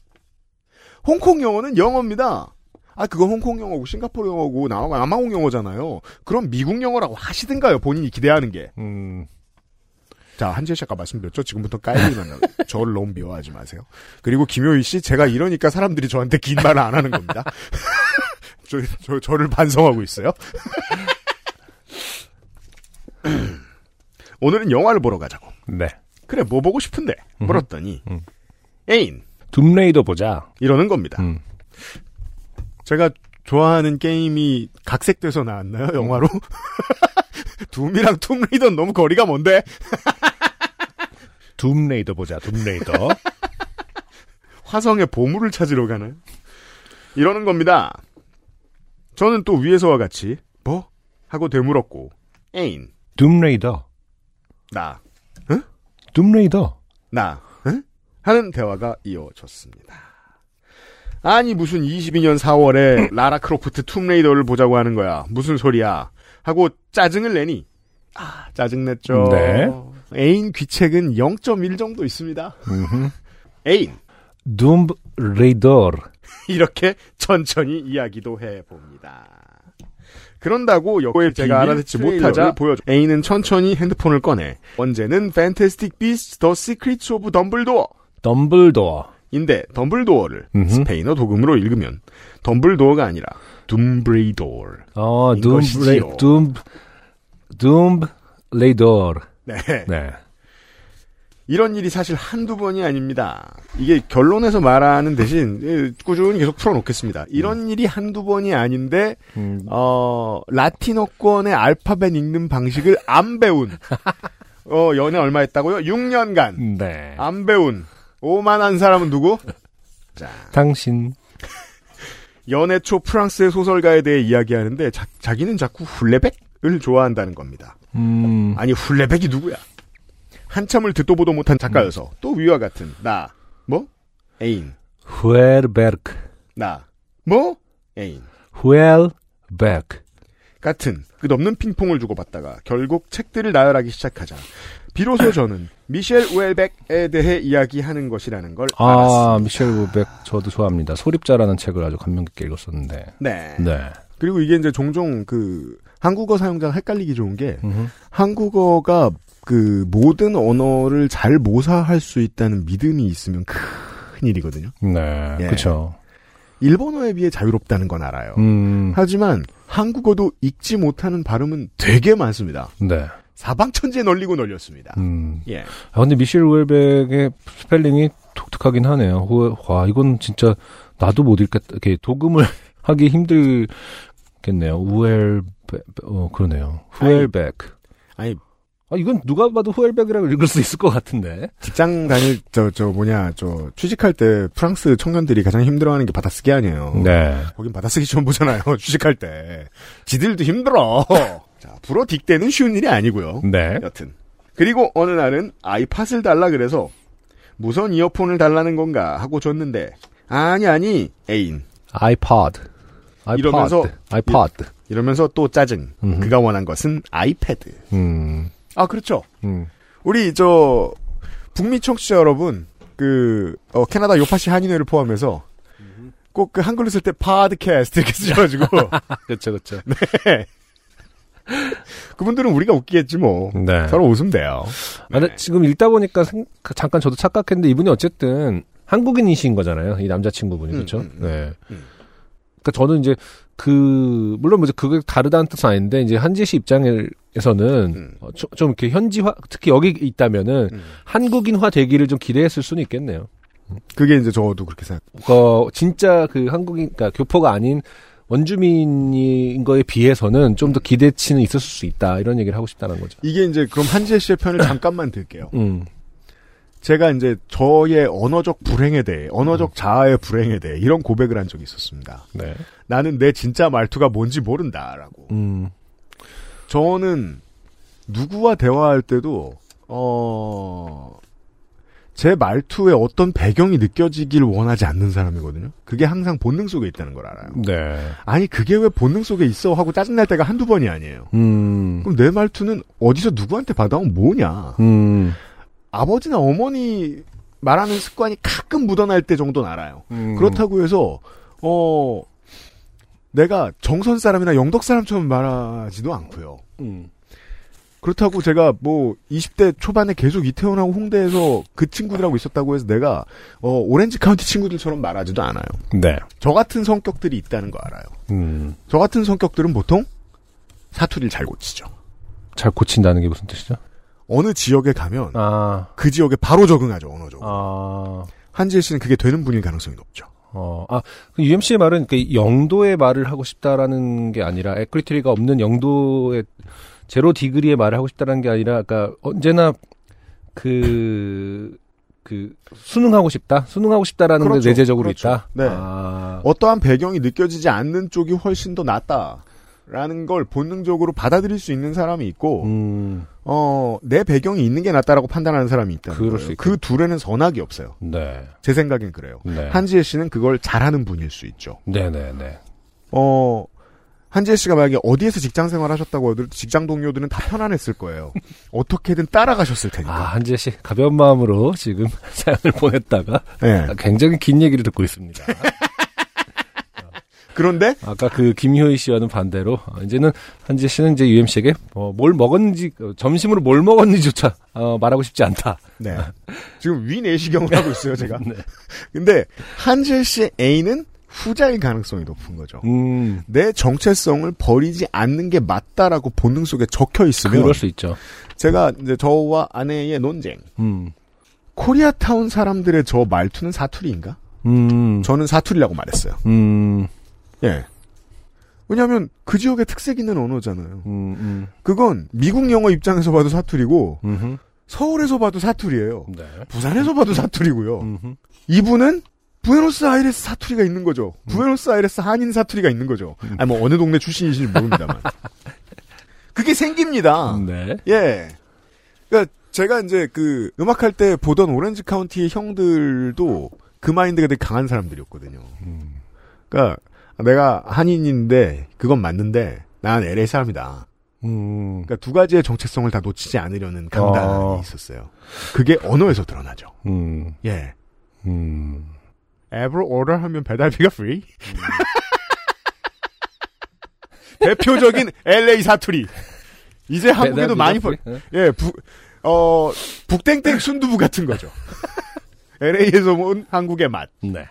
S4: 홍콩 영어는 영어입니다. 아, 그건 홍콩 영어고 싱가포르 영어고 남- 남아공 영어잖아요. 그럼 미국 영어라고 하시든가요? 본인이 기대하는 게.
S3: 음,
S4: 자, 한지혜 씨 아까 말씀드렸죠? 지금부터 까이리만 나요. 저를 너무 미워하지 마세요. 그리고 김효희 씨, 제가 이러니까 사람들이 저한테 긴 말을 안 하는 겁니다. 저, 저, 저를 반성하고 있어요. 오늘은 영화를 보러 가자고.
S3: 네.
S4: 그래, 뭐 보고 싶은데? 물었더니,
S3: 음.
S4: 애인!
S3: 둠레이더 보자.
S4: 이러는 겁니다.
S3: 음.
S4: 제가 좋아하는 게임이 각색돼서 나왔나요? 영화로?
S3: 음.
S4: 둠이랑 툼레이더는 너무 거리가 먼데?
S3: 둠레이더 보자, 둠레이더.
S4: 화성에 보물을 찾으러 가나요? 이러는 겁니다. 저는 또 위에서와 같이 뭐? 하고 되물었고 애인
S3: 둠레이더.
S4: 나,
S3: 둠레이더.
S4: 나 응? 하는 대화가 이어졌습니다. 아니 무슨 22년 4월에 라라 크로프트 툼레이더를 보자고 하는 거야. 무슨 소리야. 하고 짜증을 내니 아 짜증냈죠.
S3: 네.
S4: 애인 귀책은 0.1 정도 있습니다.
S3: 음흠.
S4: 애인
S3: 둠레이더.
S4: 이렇게 천천히 이야기도 해봅니다. 그런다고 여고의 제가 알아듣지 못하자 보여줘. A는 천천히 핸드폰을 꺼내. 언제는 Fantastic Beasts: The Secrets of Dumbledore.
S3: 덤블도어.
S4: 인데 덤블도어를
S3: 음흠.
S4: 스페인어 도금으로 읽으면 덤블도어가 아니라 둠브레이도어.
S3: 어,
S4: 인
S3: 둠, 레이,
S4: 것이지요.
S3: 둠, 둠, 레이더.
S4: 네.
S3: 네.
S4: 이런 일이 사실 한두 번이 아닙니다. 이게 결론에서 말하는 대신 예, 꾸준히 계속 풀어놓겠습니다.
S3: 음.
S4: 이런 일이 한두 번이 아닌데 어, 라틴어권의 알파벳 읽는 방식을 안 배운. 어, 연애 얼마 했다고요? 6년간.
S3: 네.
S4: 안 배운. 오만한 사람은 누구?
S3: 당신.
S4: 연애 초 프랑스의 소설가에 대해 이야기하는데 자, 자기는 자꾸 훌레벡을 좋아한다는 겁니다.
S3: 음,
S4: 아니, 훌레벡이 누구야? 한참을 듣도 보도 못한 작가여서 또 위와 같은 나. 뭐? 애인.
S3: 후엘베르크.
S4: 나. 뭐? 애인.
S3: 후엘베르크.
S4: 같은 끝없는 핑퐁을 주고받다가 결국 책들을 나열하기 시작하자 비로소 저는 미셸 우엘백에 대해 이야기하는 것이라는 걸
S3: 아,
S4: 알았습니다.
S3: 미셸 우백 저도 좋아합니다. 소립자라는 책을 아주 감명 깊게 읽었었는데.
S4: 네.
S3: 네.
S4: 그리고 이게 이제 종종 그 한국어 사용자가 헷갈리기 좋은 게 한국어가 그 모든 언어를 잘 모사할 수 있다는 믿음이 있으면 큰 일이거든요.
S3: 네.
S4: 예.
S3: 그렇죠.
S4: 일본어에 비해 자유롭다는 건 알아요.
S3: 음.
S4: 하지만 한국어도 읽지 못하는 발음은 되게 많습니다.
S3: 네.
S4: 사방천지에 널리고 널렸습니다.
S3: 음.
S4: 예.
S3: 아, 근데 미셸 우엘백의 스펠링이 독특하긴 하네요. 호- 와, 이건 진짜 나도 못 읽겠다. 이렇게 도금을 하기 힘들겠네요. 우엘백, 어, 그러네요. 후엘백.
S4: 아니
S3: 아, 이건 누가 봐도 후엘백이라고 읽을 수 있을 것 같은데.
S4: 직장 다닐 저 저 뭐냐 저 취직할 때 프랑스 청년들이 가장 힘들어하는 게 받아쓰기 아니에요.
S3: 네.
S4: 거긴 받아쓰기 처음 보잖아요. 취직할 때 지들도 힘들어. 자 불어 딕대는 쉬운 일이 아니고요.
S3: 네.
S4: 여튼 그리고 어느 날은 아이팟을 달라 그래서 무선 이어폰을 달라는 건가 하고 줬는데 아니 아니 애인
S3: 아이팟. 아이팟.
S4: 이러면서-
S3: 아이팟.
S4: 이러면서 또 짜증.
S3: 음흠.
S4: 그가 원한 것은 아이패드.
S3: 음.
S4: 아 그렇죠.
S3: 음.
S4: 우리 저 북미 청취자 여러분 그 어, 캐나다 요파시 한인회를 포함해서 꼭 그 한글로 쓸 때 파드캐스트 이렇게 쓰셔가지고
S3: 그렇죠, 그렇죠.
S4: 그분들은 우리가 웃기겠지 뭐
S3: 네.
S4: 서로 웃으면 돼요.
S3: 아,
S4: 네.
S3: 근데 지금 읽다 보니까 생- 그 잠깐 저도 착각했는데 이분이 어쨌든 한국인이신 거잖아요. 이 남자친구분이
S4: 음,
S3: 그렇죠.
S4: 음, 음,
S3: 네.
S4: 음.
S3: 그러니까 저는 이제 그 물론 뭐 이제 그게 다르다는 뜻은 아닌데 이제 한지씨 입장에서는
S4: 음.
S3: 어, 저- 좀 이렇게 현지화 특히 여기 있다면은
S4: 음.
S3: 한국인화 되기를 좀 기대했을 수는 있겠네요.
S4: 그게 이제 저도 그렇게 생각.
S3: 어, 진짜 그 한국인 그러니까 교포가 아닌 원주민인 거에 비해서는 좀 더 기대치는 있었을 수 있다 이런 얘기를 하고 싶다는 거죠.
S4: 이게 이제 그럼 한지혜 씨의 편을 잠깐만 들게요.
S3: 음,
S4: 제가 이제 저의 언어적 불행에 대해 언어적 자아의 불행에 대해 이런 고백을 한 적이 있었습니다.
S3: 네,
S4: 나는 내 진짜 말투가 뭔지 모른다라고.
S3: 음,
S4: 저는 누구와 대화할 때도 어. 제 말투에 어떤 배경이 느껴지길 원하지 않는 사람이거든요. 그게 항상 본능 속에 있다는 걸 알아요.
S3: 네,
S4: 아니 그게 왜 본능 속에 있어 하고 짜증날 때가 한두 번이 아니에요.
S3: 음.
S4: 그럼 내 말투는 어디서 누구한테 받아온 뭐냐.
S3: 음.
S4: 아버지나 어머니 말하는 습관이 가끔 묻어날 때 정도는 알아요.
S3: 음.
S4: 그렇다고 해서 어 내가 정선 사람이나 영덕 사람처럼 말하지도 않고요.
S3: 음.
S4: 그렇다고 제가 뭐 20대 초반에 계속 이태원하고 홍대에서 그 친구들하고 있었다고 해서 내가 어 오렌지 카운티 친구들처럼 말하지도 않아요.
S3: 네.
S4: 저 같은 성격들이 있다는 거 알아요.
S3: 음.
S4: 저 같은 성격들은 보통 사투리를 잘 고치죠.
S3: 잘 고친다는 게 무슨 뜻이죠?
S4: 어느 지역에 가면
S3: 아,
S4: 그 지역에 바로 적응하죠 언어적으로.
S3: 아,
S4: 한지혜 씨는 그게 되는 분일 가능성이 높죠.
S3: 어, 아, UMC의 말은 그 영도의 말을 하고 싶다라는 게 아니라 에크리티리가 없는 영도의 제로 디그리의 말을 하고 싶다라는 게 아니라, 그러니까 언제나 그, 그, 수능하고 싶다? 수능하고 싶다라는
S4: 그렇죠.
S3: 게 내재적으로
S4: 그렇죠.
S3: 있다?
S4: 네.
S3: 아,
S4: 어떠한 배경이 느껴지지 않는 쪽이 훨씬 더 낫다. 라는 걸 본능적으로 받아들일 수 있는 사람이 있고
S3: 음,
S4: 어, 내 배경이 있는 게 낫다라고 판단하는 사람이 있다는
S3: 그럴
S4: 거예요.
S3: 수 있겠죠.
S4: 그 둘에는 선악이 없어요.
S3: 네.
S4: 제 생각엔 그래요.
S3: 네.
S4: 한지혜 씨는 그걸 잘하는 분일 수 있죠.
S3: 네네네.
S4: 어, 한지혜 씨가 만약에 어디에서 직장 생활 하셨다고 해도 직장 동료들은 다 편안했을 거예요. 어떻게든 따라가셨을
S3: 아,
S4: 테니까.
S3: 한재 씨, 가벼운 마음으로 지금 사연을 보냈다가
S4: 예.
S3: 굉장히 긴 얘기를 듣고 있습니다.
S4: 그런데
S3: 아까 그 김효희 씨와는 반대로 아, 이제는 한지 씨는 이제 UMC에게 뭐, 뭘 먹었는지 어, 점심으로 뭘 먹었는지조차 어, 말하고 싶지 않다.
S4: 네. 지금 위 내시경을 하고 있어요, 제가.
S3: 네.
S4: 근데 한지혜 씨의 애인은 후자일 가능성이 높은 거죠.
S3: 음,
S4: 내 정체성을 버리지 않는 게 맞다라고 본능 속에 적혀 있으면
S3: 그럴 수 있죠.
S4: 제가 이제 저와 아내의 논쟁.
S3: 음,
S4: 코리아타운 사람들의 저 말투는 사투리인가?
S3: 음,
S4: 저는 사투리라고 말했어요.
S3: 음,
S4: 예. 왜냐하면 그 지역의 특색 있는 언어잖아요.
S3: 음, 음,
S4: 그건 미국 영어 입장에서 봐도 사투리고
S3: 음흠.
S4: 서울에서 봐도 사투리예요.
S3: 네.
S4: 음. 부산에서 봐도 사투리고요.
S3: 음흠.
S4: 이분은 부에노스아이레스 사투리가 있는 거죠. 부에노스아이레스 한인 사투리가 있는 거죠. 아니 뭐 어느 동네 출신이신지 모릅니다만. 그게 생깁니다.
S3: 네.
S4: 예. 그러니까 제가 이제 그 음악할 때 보던 오렌지 카운티의 형들도 그 마인드가 되게 강한 사람들이었거든요. 그러니까 내가 한인인데 그건 맞는데 난 LA 사람이다.
S3: 음,
S4: 그러니까 두 가지의 정체성을 다 놓치지 않으려는 강단이
S3: 아.
S4: 있었어요. 그게 언어에서 드러나죠.
S3: 음,
S4: 예.
S3: 음.
S4: 앱을 order 하면 배달비가 free. 대표적인 LA 사투리. 이제 한국에도 많이 벌,
S3: 네.
S4: 예, 부, 어, 북땡땡 순두부 같은 거죠. LA에서 온 한국의 맛.
S3: 네.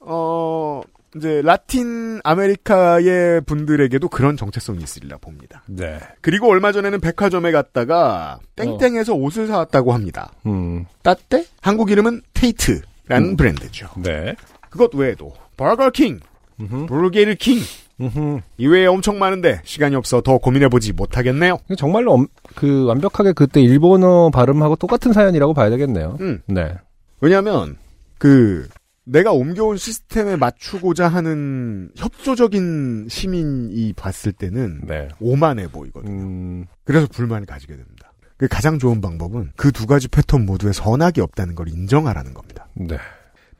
S4: 어, 이제 라틴 아메리카의 분들에게도 그런 정체성이 있으리라 봅니다.
S3: 네.
S4: 그리고 얼마 전에는 백화점에 갔다가
S3: 어.
S4: 땡땡에서 옷을 사왔다고 합니다.
S3: 음,
S4: 따떼? 한국 이름은 테이트라는 브랜드죠.
S3: 네.
S4: 그것 외에도 버거킹,
S3: 음흠.
S4: 브루게르킹
S3: 음흠.
S4: 이외에 엄청 많은데 시간이 없어 더 고민해보지 못하겠네요.
S3: 근데 정말로 엄- 그 완벽하게 그때 일본어 발음하고 똑같은 사연이라고 봐야 되겠네요.
S4: 음.
S3: 네.
S4: 왜냐하면 그 내가 옮겨온 시스템에 맞추고자 하는 협조적인 시민이 봤을 때는
S3: 네.
S4: 오만해 보이거든.
S3: 음,
S4: 그래서 불만을 가지게 됩니다. 그 가장 좋은 방법은 그 두 가지 패턴 모두에 선악이 없다는 걸 인정하라는 겁니다.
S3: 네.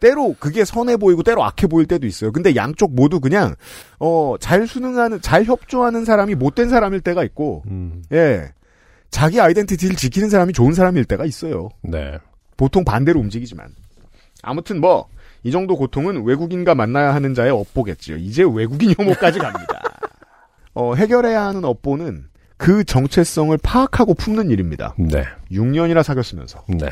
S4: 때로 그게 선해 보이고 때로 악해 보일 때도 있어요. 근데 양쪽 모두 그냥 어 잘 수능하는 잘 협조하는 사람이 못된 사람일 때가 있고
S3: 음,
S4: 예 자기 아이덴티티를 지키는 사람이 좋은 사람일 때가 있어요.
S3: 네.
S4: 보통 반대로 움직이지만 아무튼 뭐 이 정도 고통은 외국인과 만나야 하는 자의 업보겠지요. 이제 외국인 혐오까지 갑니다. 어, 해결해야 하는 업보는 그 정체성을 파악하고 품는 일입니다.
S3: 네.
S4: 6년이나 사귀었으면서.
S3: 네.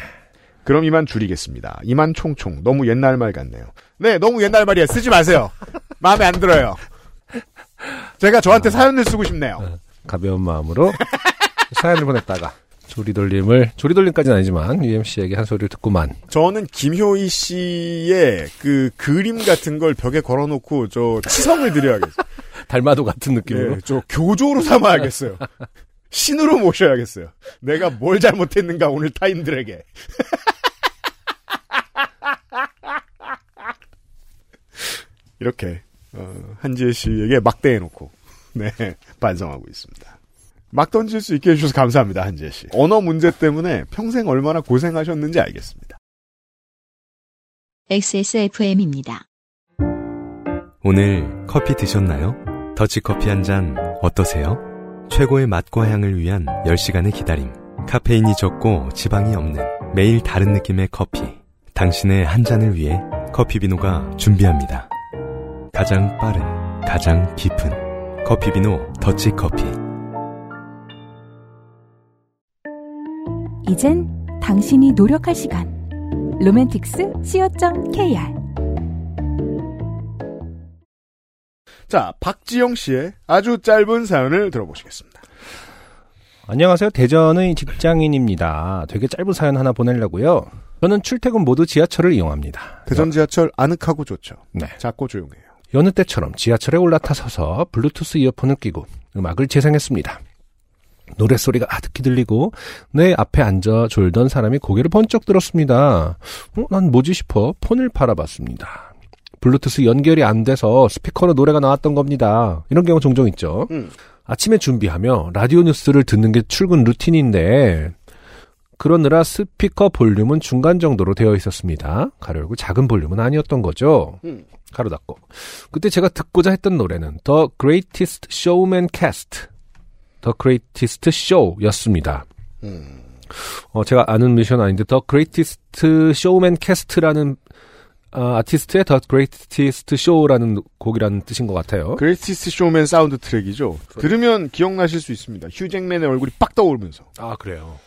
S4: 그럼 이만 줄이겠습니다. 이만 총총. 너무 옛날 말 같네요. 네, 너무 옛날 말이에요. 쓰지 마세요. 마음에 안 들어요. 제가 저한테 사연을 쓰고 싶네요.
S3: 가벼운 마음으로 사연을 보냈다가 조리돌림을 조리돌림까지는 아니지만 UMC에게 한 소리를 듣고만
S4: 저는 김효희 씨의 그 그림 같은 걸 벽에 걸어놓고 저 치성을 드려야겠어요.
S3: 달마도 같은 느낌으로
S4: 예, 저 교조로 삼아야겠어요. 신으로 모셔야겠어요. 내가 뭘 잘못했는가 오늘 타인들에게. 이렇게 어, 한지혜 씨에게 막대해놓고 네 반성하고 있습니다. 막 던질 수 있게 해주셔서 감사합니다, 한지혜 씨. 언어 문제 때문에 평생 얼마나 고생하셨는지 알겠습니다.
S1: XSFM입니다.
S6: 오늘 커피 드셨나요? 더치커피 한 잔 어떠세요? 최고의 맛과 향을 위한 10시간의 기다림. 카페인이 적고 지방이 없는 매일 다른 느낌의 커피. 당신의 한 잔을 위해 커피비노가 준비합니다. 가장 빠른, 가장 깊은 커피비노 더치커피.
S7: 이젠 당신이 노력할 시간. 로맨틱스 co.kr
S4: 자, 박지영 씨의 아주 짧은 사연을 들어보시겠습니다.
S3: 안녕하세요. 대전의 직장인입니다. 되게 짧은 사연 하나 보내려고요. 저는 출퇴근 모두 지하철을 이용합니다.
S4: 대전 지하철 아늑하고 좋죠.
S3: 네.
S4: 작고 조용해요.
S3: 여느 때처럼 지하철에 올라타서서 블루투스 이어폰을 끼고 음악을 재생했습니다. 노랫소리가 아득히 들리고 내 앞에 앉아 졸던 사람이 고개를 번쩍 들었습니다. 어, 난 뭐지 싶어 폰을 바라봤습니다. 블루투스 연결이 안 돼서 스피커로 노래가 나왔던 겁니다. 이런 경우 종종 있죠.
S4: 음.
S3: 아침에 준비하며 라디오 뉴스를 듣는 게 출근 루틴인데 그러느라 스피커 볼륨은 중간 정도로 되어 있었습니다. 가로 열고 작은 볼륨은 아니었던 거죠.
S4: 음.
S3: 가로 닫고. 그때 제가 듣고자 했던 노래는 The Greatest Showman Cast, The Greatest Show였습니다. 어, 제가 아는 뮤지션 아닌데 The Greatest Showman Cast라는 아, 아티스트의 The Greatest Show라는 곡이라는 뜻인 것 같아요.
S4: 그레이티스트 쇼맨 사운드 트랙이죠.
S3: 그렇죠.
S4: 들으면 기억나실 수 있습니다. 휴잭맨의 얼굴이 빡 떠오르면서.
S3: 아 그래요.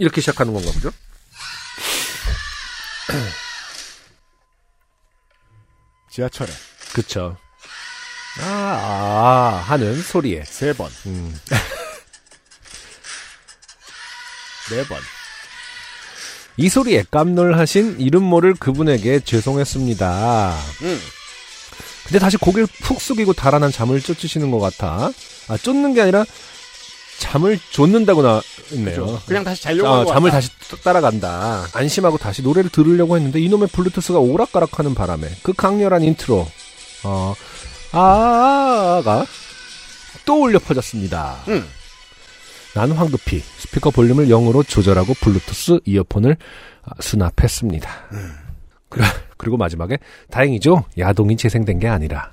S3: 이렇게 시작하는 건가 보죠?
S4: 지하철에
S3: 그쵸. 아, 아 하는 소리에.
S4: 세 번,
S3: 음.
S4: 네 번.
S3: 이 소리에 깜놀하신 이름 모를 그분에게 죄송했습니다. 근데 다시 고개를 푹 숙이고 달아난 잠을 쫓으시는 것 같아. 아, 쫓는 게 아니라 잠을 쫓는다고 나있네요.
S4: 그냥 다시 자려고
S3: 아,
S4: 하고
S3: 잠을
S4: 왔다.
S3: 다시 또 따라간다. 안심하고 다시 노래를 들으려고 했는데 이놈의 블루투스가 오락가락하는 바람에 그 강렬한 인트로 어, 아아아가 또 울려 퍼졌습니다.
S4: 음.
S3: 난 황급히 스피커 볼륨을
S4: 음.
S3: 0으로 조절하고 블루투스 이어폰을 아, 수납했습니다. 그러, 그리고 마지막에 다행이죠. 야동이 재생된 게 아니라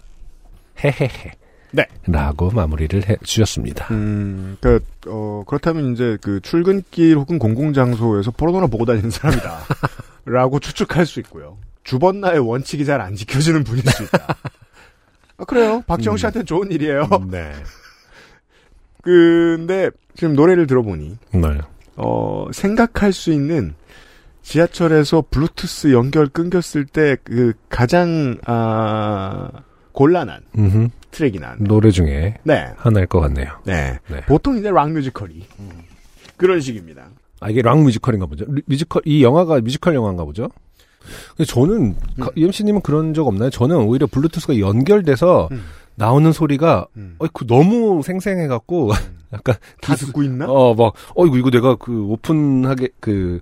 S3: 헤헤헤.
S4: 네.
S3: 라고 마무리를 해 주셨습니다.
S4: 음, 그, 어, 그렇다면 이제 그 출근길 혹은 공공장소에서 포르노나 보고 다니는 사람이다. 라고 추측할 수 있고요. 주번나의 원칙이 잘 안 지켜지는 분일 수 있다. 아, 그래요.
S3: 음.
S4: 박지영 씨한테는 좋은 일이에요.
S3: 네.
S4: 근데 지금 노래를 들어보니,
S3: 네.
S4: 어, 생각할 수 있는 지하철에서 블루투스 연결 끊겼을 때 그 가장, 아, 곤란한
S3: 음흠.
S4: 트랙이 난.
S3: 노래 중에
S4: 네.
S3: 하나일 것 같네요.
S4: 네.
S3: 네.
S4: 보통 이제 락 뮤지컬이. 그런 식입니다.
S3: 아, 이게 락 뮤지컬인가 보죠. 리- 뮤지컬, 이 영화가 뮤지컬 영화인가 보죠. 근데 저는, EMC님은 그런 적 없나요? 저는 오히려 블루투스가 연결돼서
S4: 음.
S3: 나오는 소리가,
S4: 음.
S3: 어이, 그 너무 생생해갖고, 약간,
S4: 다
S3: 기수-
S4: 듣고 있나?
S3: 어, 막, 어, 이거, 이거 내가 그 오픈하게, 그,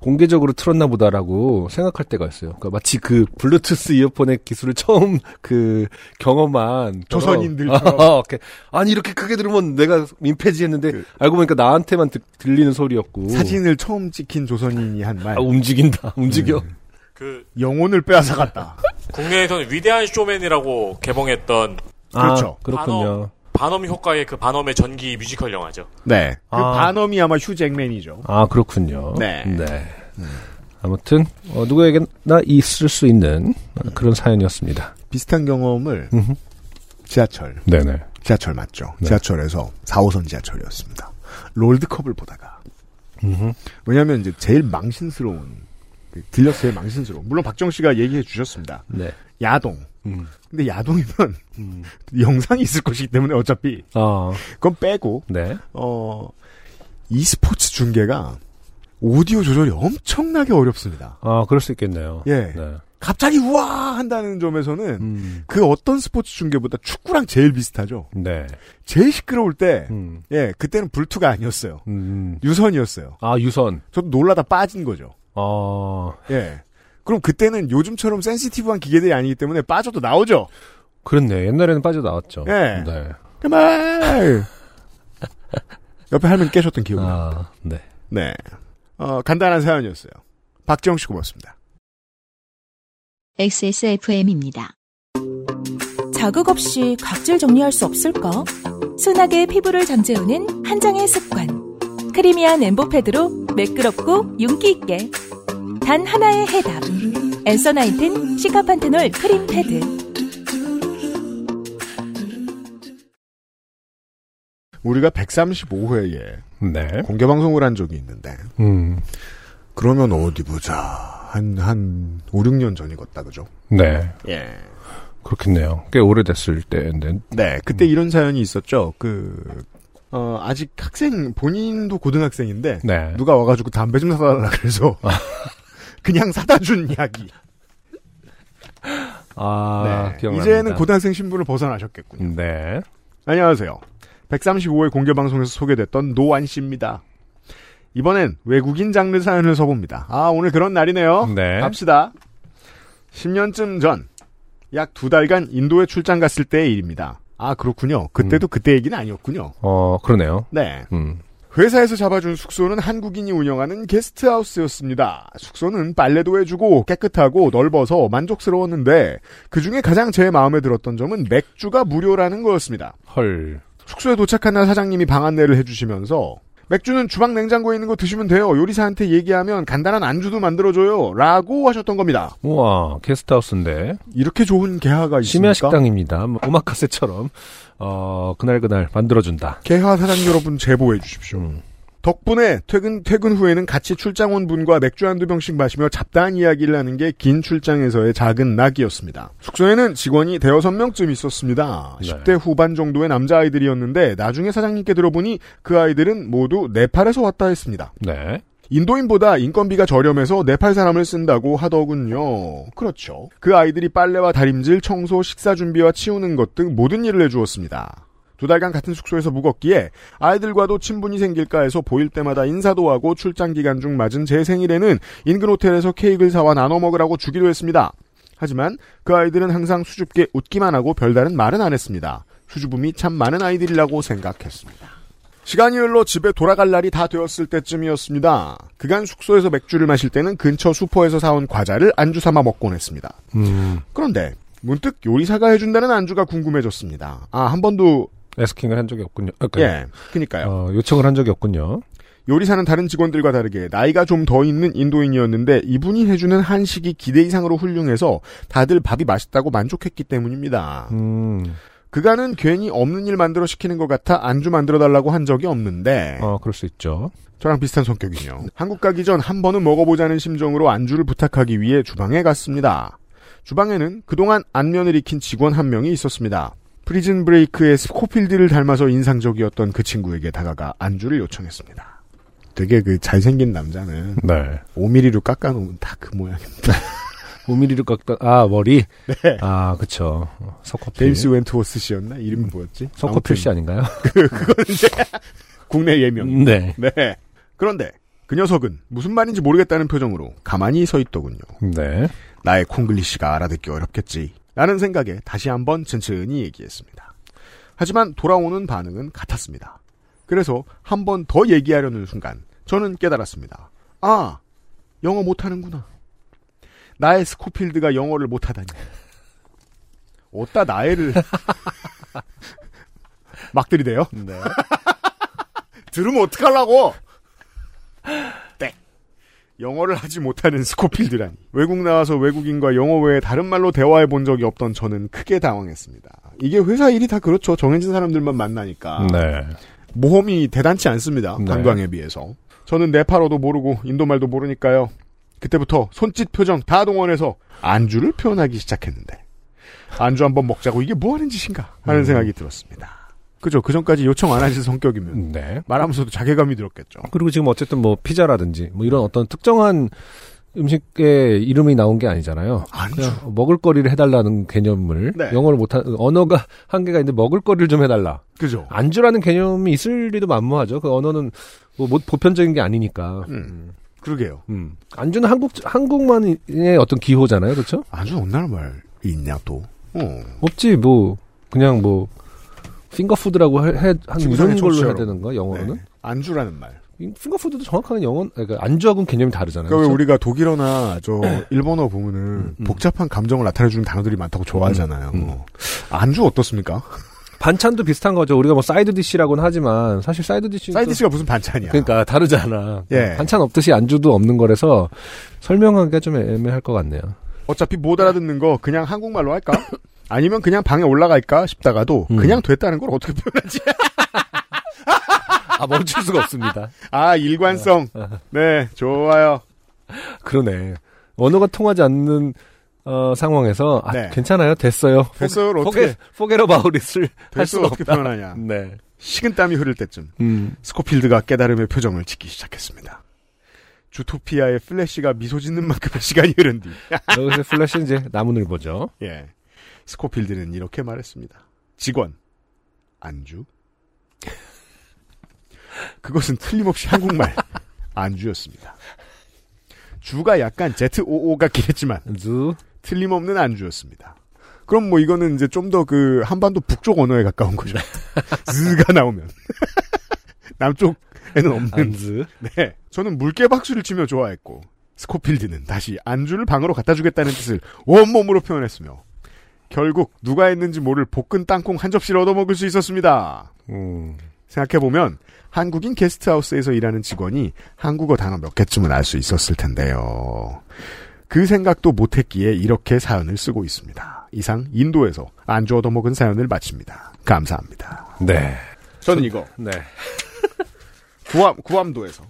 S3: 공개적으로 틀었나 보다라고 생각할 때가 있어요. 그러니까 마치 그 블루투스 이어폰의 기술을 처음 그 경험한.
S4: 조선인들처럼.
S3: 어, 이렇게, 아니, 이렇게 크게 들으면 내가 민폐지했는데,
S4: 그-
S3: 알고 보니까 나한테만 듣- 들리는 소리였고.
S4: 사진을 처음 찍힌 조선인이 한 말.
S3: 아, 움직인다, 움직여.
S4: 음.
S11: 그
S4: 영혼을 빼앗아 갔다.
S11: 국내에서는 위대한 쇼맨이라고 개봉했던
S4: 그렇죠.
S3: 아, 그렇군요.
S11: 반엄 효과의 그 반엄의 전기 뮤지컬 영화죠.
S4: 네. 그
S3: 아.
S4: 반엄이 아마 휴잭맨이죠.
S3: 아, 그렇군요.
S4: 네.
S3: 아무튼, 어, 누구에게나 있을 수 있는 어, 그런 사연이었습니다.
S4: 비슷한 경험을
S3: 음흠.
S4: 지하철,
S3: 네네.
S4: 지하철 맞죠?
S3: 네.
S4: 지하철에서 4호선 지하철이었습니다. 롤드컵을 보다가. 왜냐하면 이제 제일 망신스러운 그 들렸어요 망신스러운. 물론 박정 씨가 얘기해 주셨습니다.
S3: 네.
S4: 야동.
S3: 음.
S4: 근데 야동이면 영상이 있을 것이기 때문에 어차피
S3: 아,
S4: 그건 빼고
S3: 네.
S4: 어 e스포츠 중계가 오디오 조절이 엄청나게 어렵습니다.
S3: 아, 그럴 수 있겠네요.
S4: 예.
S3: 네.
S4: 갑자기 우와 한다는 점에서는
S3: 음.
S4: 그 어떤 스포츠 중계보다 축구랑 제일 비슷하죠.
S3: 네.
S4: 제일 시끄러울 때,
S3: 음.
S4: 예, 그때는 불투가 아니었어요.
S3: 음.
S4: 유선이었어요.
S3: 아, 유선.
S4: 저도 놀라다 빠진 거죠.
S3: 어,
S4: 예. 그럼 그때는 요즘처럼 센시티브한 기계들이 아니기 때문에 빠져도 나오죠.
S3: 그렇네. 옛날에는 빠져나왔죠.
S4: 예.
S3: 네.
S4: 그만! 옆에 할머니 깨셨던 기억이 나요.
S3: 아, 네.
S4: 네. 어, 간단한 사연이었어요. 박지영 씨 고맙습니다.
S1: XSFM입니다.
S7: 자극 없이 각질 정리할 수 없을까? 순하게 피부를 잠재우는 한 장의 습관. 크리미한 엠보패드로 매끄럽고 윤기 있게. 단 하나의 해답. 엔서 나인틴 시카판테놀 크림 패드.
S4: 우리가 135회에
S3: 네.
S4: 공개방송을 한 적이 있는데,
S3: 음.
S4: 그러면 어디 보자. 한, 한, 5, 6년 전이겠다, 그죠?
S3: 네.
S4: 예.
S3: 그렇겠네요. 꽤 오래됐을 때인데.
S4: 네, 그때
S3: 음.
S4: 이런 사연이 있었죠. 그, 어, 아직 학생, 본인도 고등학생인데,
S3: 네.
S4: 누가 와가지고 담배 좀 사달라 그래서, 그냥 사다 준 이야기.
S3: 아,
S4: 네.
S3: 기억납니다.
S4: 이제는 고등학생 신분을 벗어나셨겠군요.
S3: 네.
S4: 안녕하세요. 135회 공개방송에서 소개됐던 노안 씨입니다. 이번엔 외국인 장르 사연을 써봅니다. 아, 오늘 그런 날이네요.
S3: 네.
S4: 갑시다. 10년쯤 전, 약 두 달간 인도에 출장 갔을 때의 일입니다. 아, 그렇군요.
S3: 음.
S4: 그때도 그때 얘기는 아니었군요.
S3: 어, 그러네요.
S4: 네.
S3: 음.
S4: 회사에서 잡아준 숙소는 한국인이 운영하는 게스트하우스였습니다. 숙소는 빨래도 해주고 깨끗하고 넓어서 만족스러웠는데 그 중에 가장 제 마음에 들었던 점은 맥주가 무료라는 거였습니다.
S3: 헐.
S4: 숙소에 도착한 날 사장님이 방 안내를 해주시면서 맥주는 주방 냉장고에 있는 거 드시면 돼요. 요리사한테 얘기하면 간단한 안주도 만들어줘요. 라고 하셨던 겁니다.
S3: 우와, 게스트하우스인데.
S4: 이렇게 좋은 개화가
S3: 심야
S4: 있습니까?
S3: 식당입니다. 뭐 오마카세처럼 어 그날 그날 만들어준다.
S4: 개화 사장 여러분 제보해 주십시오.
S3: 음.
S4: 덕분에 퇴근 퇴근 후에는 같이 출장 온 분과 맥주 한두 병씩 마시며 잡다한 이야기를 하는 게 긴 출장에서의 작은 낙이었습니다. 숙소에는 직원이 대여섯 명쯤 있었습니다.
S3: 네.
S4: 10대 후반 정도의 남자 아이들이었는데 나중에 사장님께 들어보니 그 아이들은 모두 네팔에서 왔다 했습니다.
S3: 네.
S4: 인도인보다 인건비가 저렴해서 네팔 사람을 쓴다고 하더군요. 그렇죠. 그 아이들이 빨래와 다림질, 청소, 식사 준비와 치우는 것 등 모든 일을 해주었습니다. 두 달간 같은 숙소에서 묵었기에 아이들과도 친분이 생길까 해서 보일 때마다 인사도 하고 출장 기간 중 맞은 제 생일에는 인근 호텔에서 케이크를 사와 나눠 먹으라고 주기도 했습니다. 하지만 그 아이들은 항상 수줍게 웃기만 하고 별다른 말은 안 했습니다. 수줍음이 참 많은 아이들이라고 생각했습니다. 시간이 흘러 집에 돌아갈 날이 다 되었을 때쯤이었습니다. 그간 숙소에서 맥주를 마실 때는 근처 수포에서 사온 과자를 안주 삼아 먹곤 했습니다.
S3: 음.
S4: 그런데 문득 요리사가 해준다는 안주가 궁금해졌습니다. 아, 한 번도
S3: 에스킹을 한 적이 없군요. 아, 그,
S4: 예, 그니까요.
S3: 어, 요청을 한 적이 없군요.
S4: 요리사는 다른 직원들과 다르게 나이가 좀 더 있는 인도인이었는데 이분이 해주는 한식이 기대 이상으로 훌륭해서 다들 밥이 맛있다고 만족했기 때문입니다.
S3: 음.
S4: 그간은 괜히 없는 일 만들어 시키는 것 같아 안주 만들어 달라고 한 적이 없는데
S3: 어, 그럴 수 있죠.
S4: 저랑 비슷한 성격이요. 한국 가기 전 한 번은 먹어보자는 심정으로 안주를 부탁하기 위해 주방에 갔습니다. 주방에는 그동안 안면을 익힌 직원 한 명이 있었습니다. 프리즌 브레이크의 스코필드를 닮아서 인상적이었던 그 친구에게 다가가 안주를 요청했습니다. 되게 그 잘생긴 남자는
S3: 네.
S4: 5mm로 깎아놓으면 다 그 모양입니다.
S3: 5mm로 깎던 아 머리. 네. 아 그쵸. 어, 석호필.
S4: 데이스 웬트워스 씨였나? 이름이 뭐였지?
S3: 석호필 씨
S4: 아무튼
S3: 아닌가요?
S4: 국내 예명.
S3: 네.
S4: 네. 그런데 그 녀석은 무슨 말인지 모르겠다는 표정으로 가만히 서 있더군요.
S3: 네.
S4: 나의 콩글리시가 알아듣기 어렵겠지. 라는 생각에 다시 한번 천천히 얘기했습니다. 하지만 돌아오는 반응은 같았습니다. 그래서 한 번 더 얘기하려는 순간 저는 깨달았습니다. 아, 영어 못하는구나. 나의 스코필드가 영어를 못하다니. 어따 나애를 막 들이대요? 네. 들으면 어떡하려고! 영어를 하지 못하는 스코필드라니. 외국 나와서 외국인과 영어 외에 다른 말로 대화해 본 적이 없던 저는 크게 당황했습니다. 이게 회사 일이 다 그렇죠. 정해진 사람들만 만나니까.
S3: 네.
S4: 모험이 대단치 않습니다.
S3: 네.
S4: 관광에 비해서. 저는 네팔어도 모르고 인도말도 모르니까요. 그때부터 손짓 표정 다 동원해서 안주를 표현하기 시작했는데 안주 한번 먹자고 이게 뭐 하는 짓인가
S3: 음.
S4: 하는 생각이 들었습니다. 그죠? 그 전까지 요청 안 하신 성격이면
S3: 네.
S4: 말하면서도 자괴감이 들었겠죠.
S3: 그리고 지금 어쨌든 뭐 피자라든지 뭐 이런 어떤 특정한 음식의 이름이 나온 게 아니잖아요.
S4: 안주.
S3: 그냥 먹을거리를 해달라는 개념을
S4: 네.
S3: 영어를 못한 언어가 한계가 있는데 먹을거리를 좀 해달라.
S4: 그죠?
S3: 안주라는 개념이 있을 리도 만무하죠. 그 언어는 뭐 못- 보편적인 게 아니니까.
S4: 음. 그러게요.
S3: 음. 안주는 한국 한국만의 어떤 기호잖아요, 그렇죠?
S4: 안주 온날 말이 있냐 또. 어.
S3: 없지 뭐 그냥 뭐 핑거푸드라고 해, 해- 한
S4: 지구상의
S3: 이런 걸로
S4: 청취자
S3: 해야 되는 거 영어로는
S4: 네. 안주라는 말.
S3: 이 핑거푸드도 정확한 영어 그러니까 안주하고는 개념이 다르잖아요.
S4: 그러니까 왜
S3: 그쵸?
S4: 우리가 독일어나 저 일본어 보면은
S3: 그렇죠? 네. 음.
S4: 복잡한 감정을 나타내주는 단어들이 많다고 좋아하잖아요.
S3: 음. 그러니까
S4: 어. 안주 어떻습니까?
S3: 그렇죠? 반찬도 비슷한 거죠. 우리가 뭐 사이드 디시라고는 하지만 사실 사이드 디시
S4: 사이드 씨가 무슨 반찬이야?
S3: 그러니까 다르잖아.
S4: 예.
S3: 반찬 없듯이 안주도 없는 거라서 설명하기가 좀 애매할 것 같네요.
S4: 어차피 못 알아듣는 거 그냥 한국말로 할까? 아니면 그냥 방에 올라갈까 싶다가도
S3: 음.
S4: 그냥 됐다는 걸 어떻게 표현하지?
S3: 아 멈출 수가 없습니다.
S4: 아 일관성.
S3: 어.
S4: 네 좋아요.
S3: 그러네. 언어가 통하지 않는 어, 상황에서 아,
S4: 네.
S3: 괜찮아요, 됐어요.
S4: 됐어요.
S3: 포게
S4: 어떻게
S3: 포게로 마우리스를 할
S4: 됐어
S3: 수가
S4: 어떻게
S3: 없다.
S4: 표현하냐?
S3: 네.
S4: 식은 땀이 흐를 때쯤
S3: 음.
S4: 스코필드가 깨달음의 표정을 짓기 시작했습니다. 주토피아의 플래시가 미소 짓는 만큼의 시간이 흐른 뒤
S3: 여기서 플래시 이제 나무늘 보죠.
S4: 예. 스코필드는 이렇게 말했습니다. 직원, 안주. 그것은 틀림없이 한국말, 안주였습니다. 주가 약간 ZOO 같긴 했지만,
S3: 두
S4: 틀림없는 안주였습니다. 그럼 뭐 이거는 이제 좀 더 그 한반도 북쪽 언어에 가까운 거죠. 즈가 나오면. 남쪽에는 없는.
S3: 안즈.
S4: 네. 저는 물개 박수를 치며 좋아했고, 스코필드는 다시 안주를 방으로 갖다 주겠다는 뜻을 온몸으로 표현했으며, 결국 누가 했는지 모를 볶은 땅콩 한 접시를 얻어먹을 수 있었습니다.
S3: 음.
S4: 생각해보면, 한국인 게스트하우스에서 일하는 직원이 한국어 단어 몇 개쯤은 알 수 있었을 텐데요. 그 생각도 못했기에 이렇게 사연을 쓰고 있습니다. 이상, 인도에서 안주 얻어먹은 사연을 마칩니다. 감사합니다.
S3: 네.
S4: 저는 이거.
S3: 네.
S4: 구함 구함도에서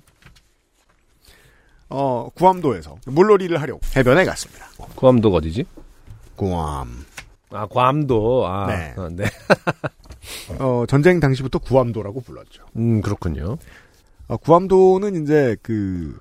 S4: 어 구함도에서 물놀이를 하려고 해변에 갔습니다.
S3: 구암도 어디지?
S4: 구함
S3: 아, 괌도. 아,
S4: 네.
S3: 아, 네.
S4: 어 전쟁 당시부터 구함도라고 불렀죠.
S3: 음, 그렇군요.
S4: 어, 구함도는 이제 그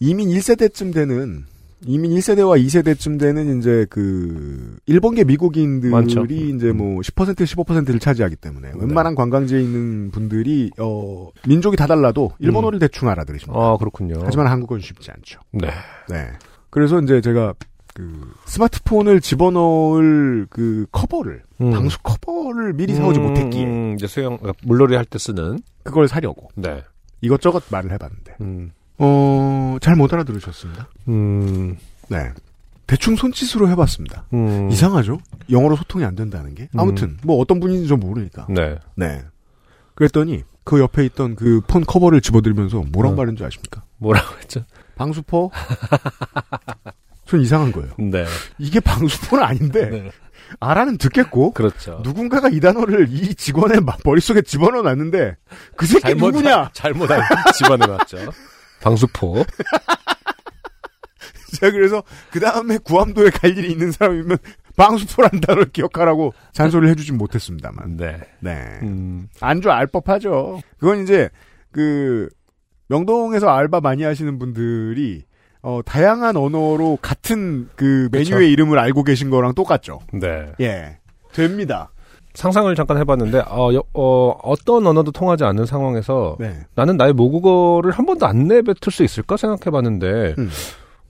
S4: 이민 1세대쯤 되는 이민 1세대와 2세대쯤 되는 이제 그 일본계 미국인들이
S3: 많죠. 음. 네.
S4: 이제 뭐 10% 15%를 차지하기 때문에 웬만한 관광지에 있는 분들이 어 민족이 다 달라도
S3: 음.
S4: 일본어를 대충 알아들으십니다.
S3: 아, 그렇군요.
S4: 하지만 한국어는 쉽지 않죠.
S3: 네.
S4: 네. 그래서 이제 제가 그 스마트폰을 집어넣을 그 커버를
S3: 음.
S4: 방수 커버를 미리 사오지
S3: 음,
S4: 못했기에
S3: 음, 이제 수영, 물놀이 할 때 쓰는.
S4: 그걸 사려고
S3: 네.
S4: 이것저것 말을 해봤는데
S3: 음.
S4: 어, 잘 못 알아들으셨습니다.
S3: 음.
S4: 네. 대충 손짓으로 해봤습니다.
S3: 음.
S4: 이상하죠? 영어로 소통이 안 된다는 게. 아무튼, 뭐 어떤 분인지 전 모르니까.
S3: 네.
S4: 네. 그랬더니, 그 옆에 있던 그 폰 커버를 집어들면서
S3: 음.
S4: 뭐라고 말하는 줄 아십니까?
S3: 뭐라고 했죠?
S4: 방수포? 전 이상한 거예요.
S3: 네.
S4: 이게 방수포는 아닌데,
S3: 네.
S4: 알아는 듣겠고,
S3: 그렇죠.
S4: 누군가가 이 단어를 이 직원의 마- 머릿속에 집어넣어 놨는데, 그 새끼 누구냐?
S3: 잘못 알 집안에 맞죠. 방수포.
S4: 제가 그래서 그 다음에 구암도에 갈 일이 있는 사람이면 방수포란 단어를 기억하라고 잔소리를 해주진 못했습니다만.
S3: 네.
S4: 네.
S3: 음.
S4: 안주 알법하죠. 그건 이제 그 명동에서 알바 많이 하시는 분들이 어, 다양한 언어로 같은 그 메뉴의
S3: 그쵸.
S4: 이름을 알고 계신 거랑 똑같죠.
S3: 네.
S4: 예. 됩니다.
S3: 상상을 잠깐 해봤는데 어, 여- 어, 떤 언어도 통하지 않는 상황에서
S4: 네.
S3: 나는 나의 모국어를 한 번도 안 내뱉을 수 있을까 생각해봤는데
S4: 음.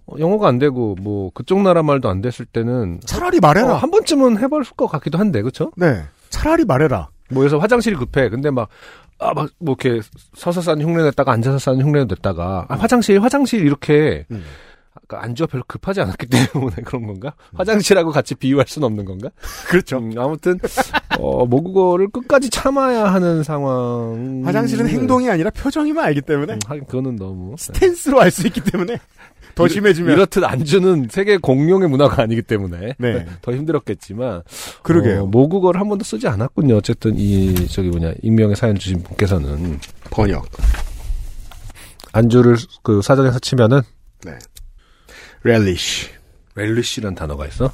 S3: 어, 영어가 안 되고 뭐 그쪽 나라 말도 안 됐을 때는
S4: 차라리
S3: 어,
S4: 말해라.
S3: 한 번쯤은 해볼 것 같기도 한데 그쵸?
S4: 네. 차라리 말해라.
S3: 뭐 그래서 화장실이 급해 근데 막 아, 막, 뭐, 이렇게, 서서 싸는 흉내 냈다가, 앉아서 싸는 흉내 냈다가, 아, 화장실, 화장실, 이렇게,
S4: 음.
S3: 아까 안주가 별로 급하지 않았기 때문에 그런 건가? 화장실하고 같이 비유할 수는 없는 건가?
S4: 그렇죠.
S3: 음, 아무튼 어, 모국어를 끝까지 참아야 하는 상황.
S4: 화장실은 행동이 네. 아니라 표정이만 알기 때문에
S3: 음, 하긴 그거는 너무
S4: 스탠스로 알 수 있기 때문에 더
S3: 이렇-
S4: 심해지면
S3: 이렇듯 안주는 세계 공용의 문화가 아니기 때문에
S4: 네.
S3: 더 힘들었겠지만
S4: 그러게요.
S3: 어, 모국어를 한 번도 쓰지 않았군요. 어쨌든 이 저기 뭐냐 익명의 사연 주신 분께서는
S4: 번역.
S3: 안주를 그 사전에서 치면은
S4: 네. relish.
S3: 웰리시라는 단어가 있어.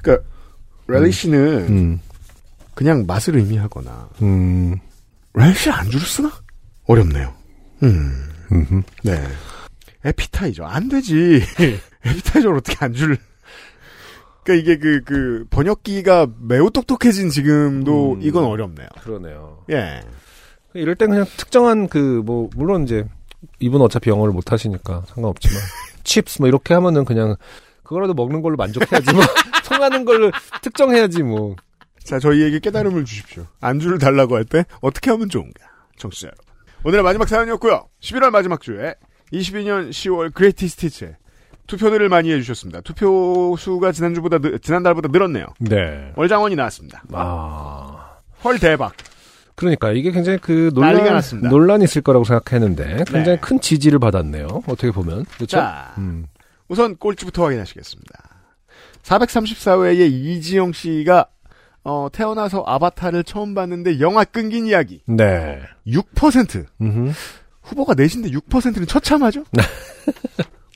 S4: 그러니까 relish는
S3: 음,
S4: 그냥 맛을 의미하거나
S3: 음,
S4: 렐시 안주를 쓰나? 어렵네요. 음,
S3: 음흠.
S4: 네. 에피타이저. 안 되지. 에피타이저를 어떻게 안주를. 그니까 이게 그, 그, 번역기가 매우 똑똑해진 지금도
S3: 음.
S4: 이건 어렵네요.
S3: 그러네요.
S4: 예.
S3: 이럴 땐 그냥 특정한 그 뭐 물론 이제 이분 어차피 영어를 못 하시니까 상관없지만 칩스 뭐 이렇게 하면은 그냥 그거라도 먹는 걸로 만족해야지 뭐 통하는 걸로 특정해야지 뭐
S4: 자, 저희에게 깨달음을 주십시오. 안주를 달라고 할 때 어떻게 하면 좋은가. 청취자 여러분. 오늘의 마지막 사연이었고요. 11월 마지막 주에 22년 10월 그레이티 스티치에 투표들을 많이 해주셨습니다. 투표 수가 지난주보다, 늘- 지난달보다 늘었네요.
S3: 네.
S4: 월장원이 나왔습니다.
S3: 아.
S4: 헐 대박.
S3: 그러니까 이게 굉장히 그
S4: 난리가
S3: 논란
S4: 났습니다.
S3: 논란이 있을 거라고 생각했는데 굉장히
S4: 네.
S3: 큰 지지를 받았네요. 어떻게 보면. 그렇죠?
S4: 자,
S3: 음.
S4: 우선 꼴찌부터 확인하시겠습니다. 434회에 이지영 씨가 어, 태어나서 아바타를 처음 봤는데 영화 끊긴 이야기
S3: 네.
S4: 6%
S3: 음흠.
S4: 후보가 넷인데 6%는 처참하죠?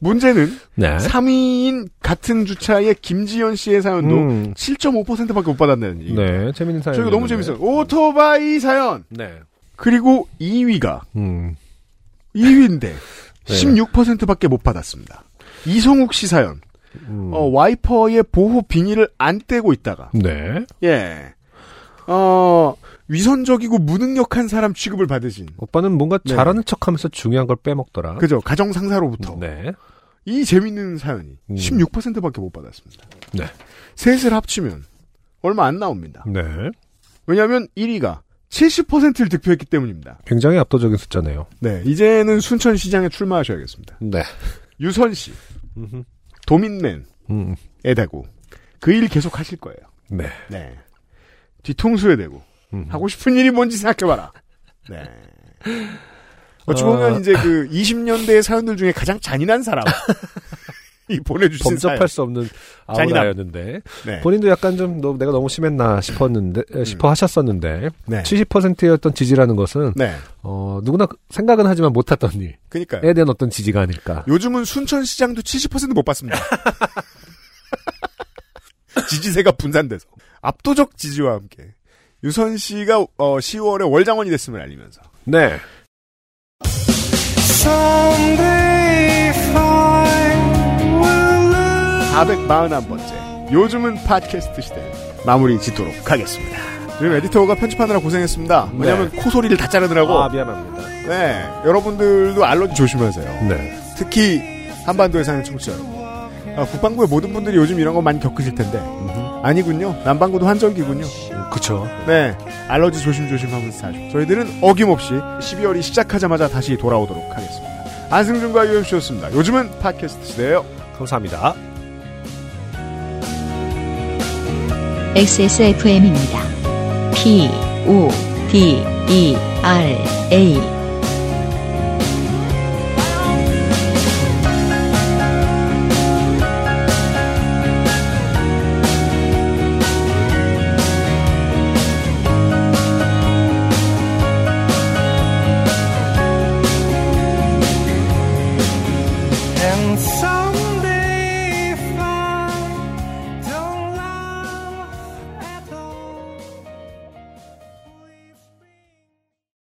S4: 문제는
S3: 네.
S4: 3위인 같은 주차의 김지연 씨의 사연도
S3: 음.
S4: 7.5%밖에 못 받았다는 얘기.
S3: 네. 재밌는 사연.
S4: 저희가 너무 재밌어요. 오토바이 사연
S3: 네.
S4: 그리고 2위가
S3: 음.
S4: 2위인데
S3: 네.
S4: 16%밖에 못 받았습니다. 이성욱 씨 사연.
S3: 음.
S4: 어, 와이퍼의 보호 비닐을 안 떼고 있다가
S3: 네.
S4: 예. 어, 위선적이고 무능력한 사람 취급을 받으신
S3: 오빠는 뭔가
S4: 네.
S3: 잘하는 척하면서 중요한 걸 빼먹더라.
S4: 그죠 가정 상사로부터
S3: 네.
S4: 이 재밌는 사연이
S3: 음.
S4: 16%밖에 못 받았습니다.
S3: 네.
S4: 셋을 합치면 얼마 안 나옵니다.
S3: 네.
S4: 왜냐하면 1위가 70%를 득표했기 때문입니다.
S3: 굉장히 압도적인 숫자네요.
S4: 네, 이제는 순천시장에 출마하셔야겠습니다.
S3: 네.
S4: 유선 씨, 도민맨
S3: 음,
S4: 에다고 그 일 계속 하실 거예요.
S3: 네.
S4: 네. 뒤통수에 대고
S3: 음.
S4: 하고 싶은 일이 뭔지 생각해봐라. 네. 어찌 보면
S3: 어.
S4: 이제 그 20년대의 사연들 중에 가장 잔인한 사람. 이 보내주신
S3: 범접할 수 없는
S4: 잔인함.
S3: 아우라였는데
S4: 사연. 네. 음.
S3: 본인도 약간 좀 너, 내가 너무 심했나 싶었는데 에, 싶어 하셨었는데
S4: 네.
S3: 70%였던 지지라는 것은
S4: 네.
S3: 어, 누구나 생각은 하지만 못했던 일에
S4: 그니까요.
S3: 대한 어떤 지지가 아닐까.
S4: 요즘은 순천시장도 70%못 받습니다. 지지세가 분산돼서. 압도적 지지와 함께. 유선 씨가 어, 10월에 월장원이 됐음을 알리면서.
S3: 네.
S4: 441 번째. 요즘은 팟캐스트 시대 마무리 짓도록 하겠습니다. 지금 에디터가 편집하느라 고생했습니다. 왜냐면 하 코소리를 다 자르느라고.
S3: 아 미안합니다.
S4: 네, 여러분들도 알러지 조심하세요.
S3: 네.
S4: 특히 한반도에 사는 청취자 여러분. 아, 국방부의 모든 분들이 요즘 이런 거 많이 겪으실 텐데 아니군요. 남방구도 환절기군요.
S10: 그쵸.
S4: 네. 알러지 조심조심 하면서 사죠. 저희들은 어김없이 12월이 시작하자마자 다시 돌아오도록 하겠습니다. 안승준과 유엠씨였습니다. 요즘은 팟캐스트 시대예요.
S3: 감사합니다.
S1: XSFM입니다. P, O, D, E, R, A.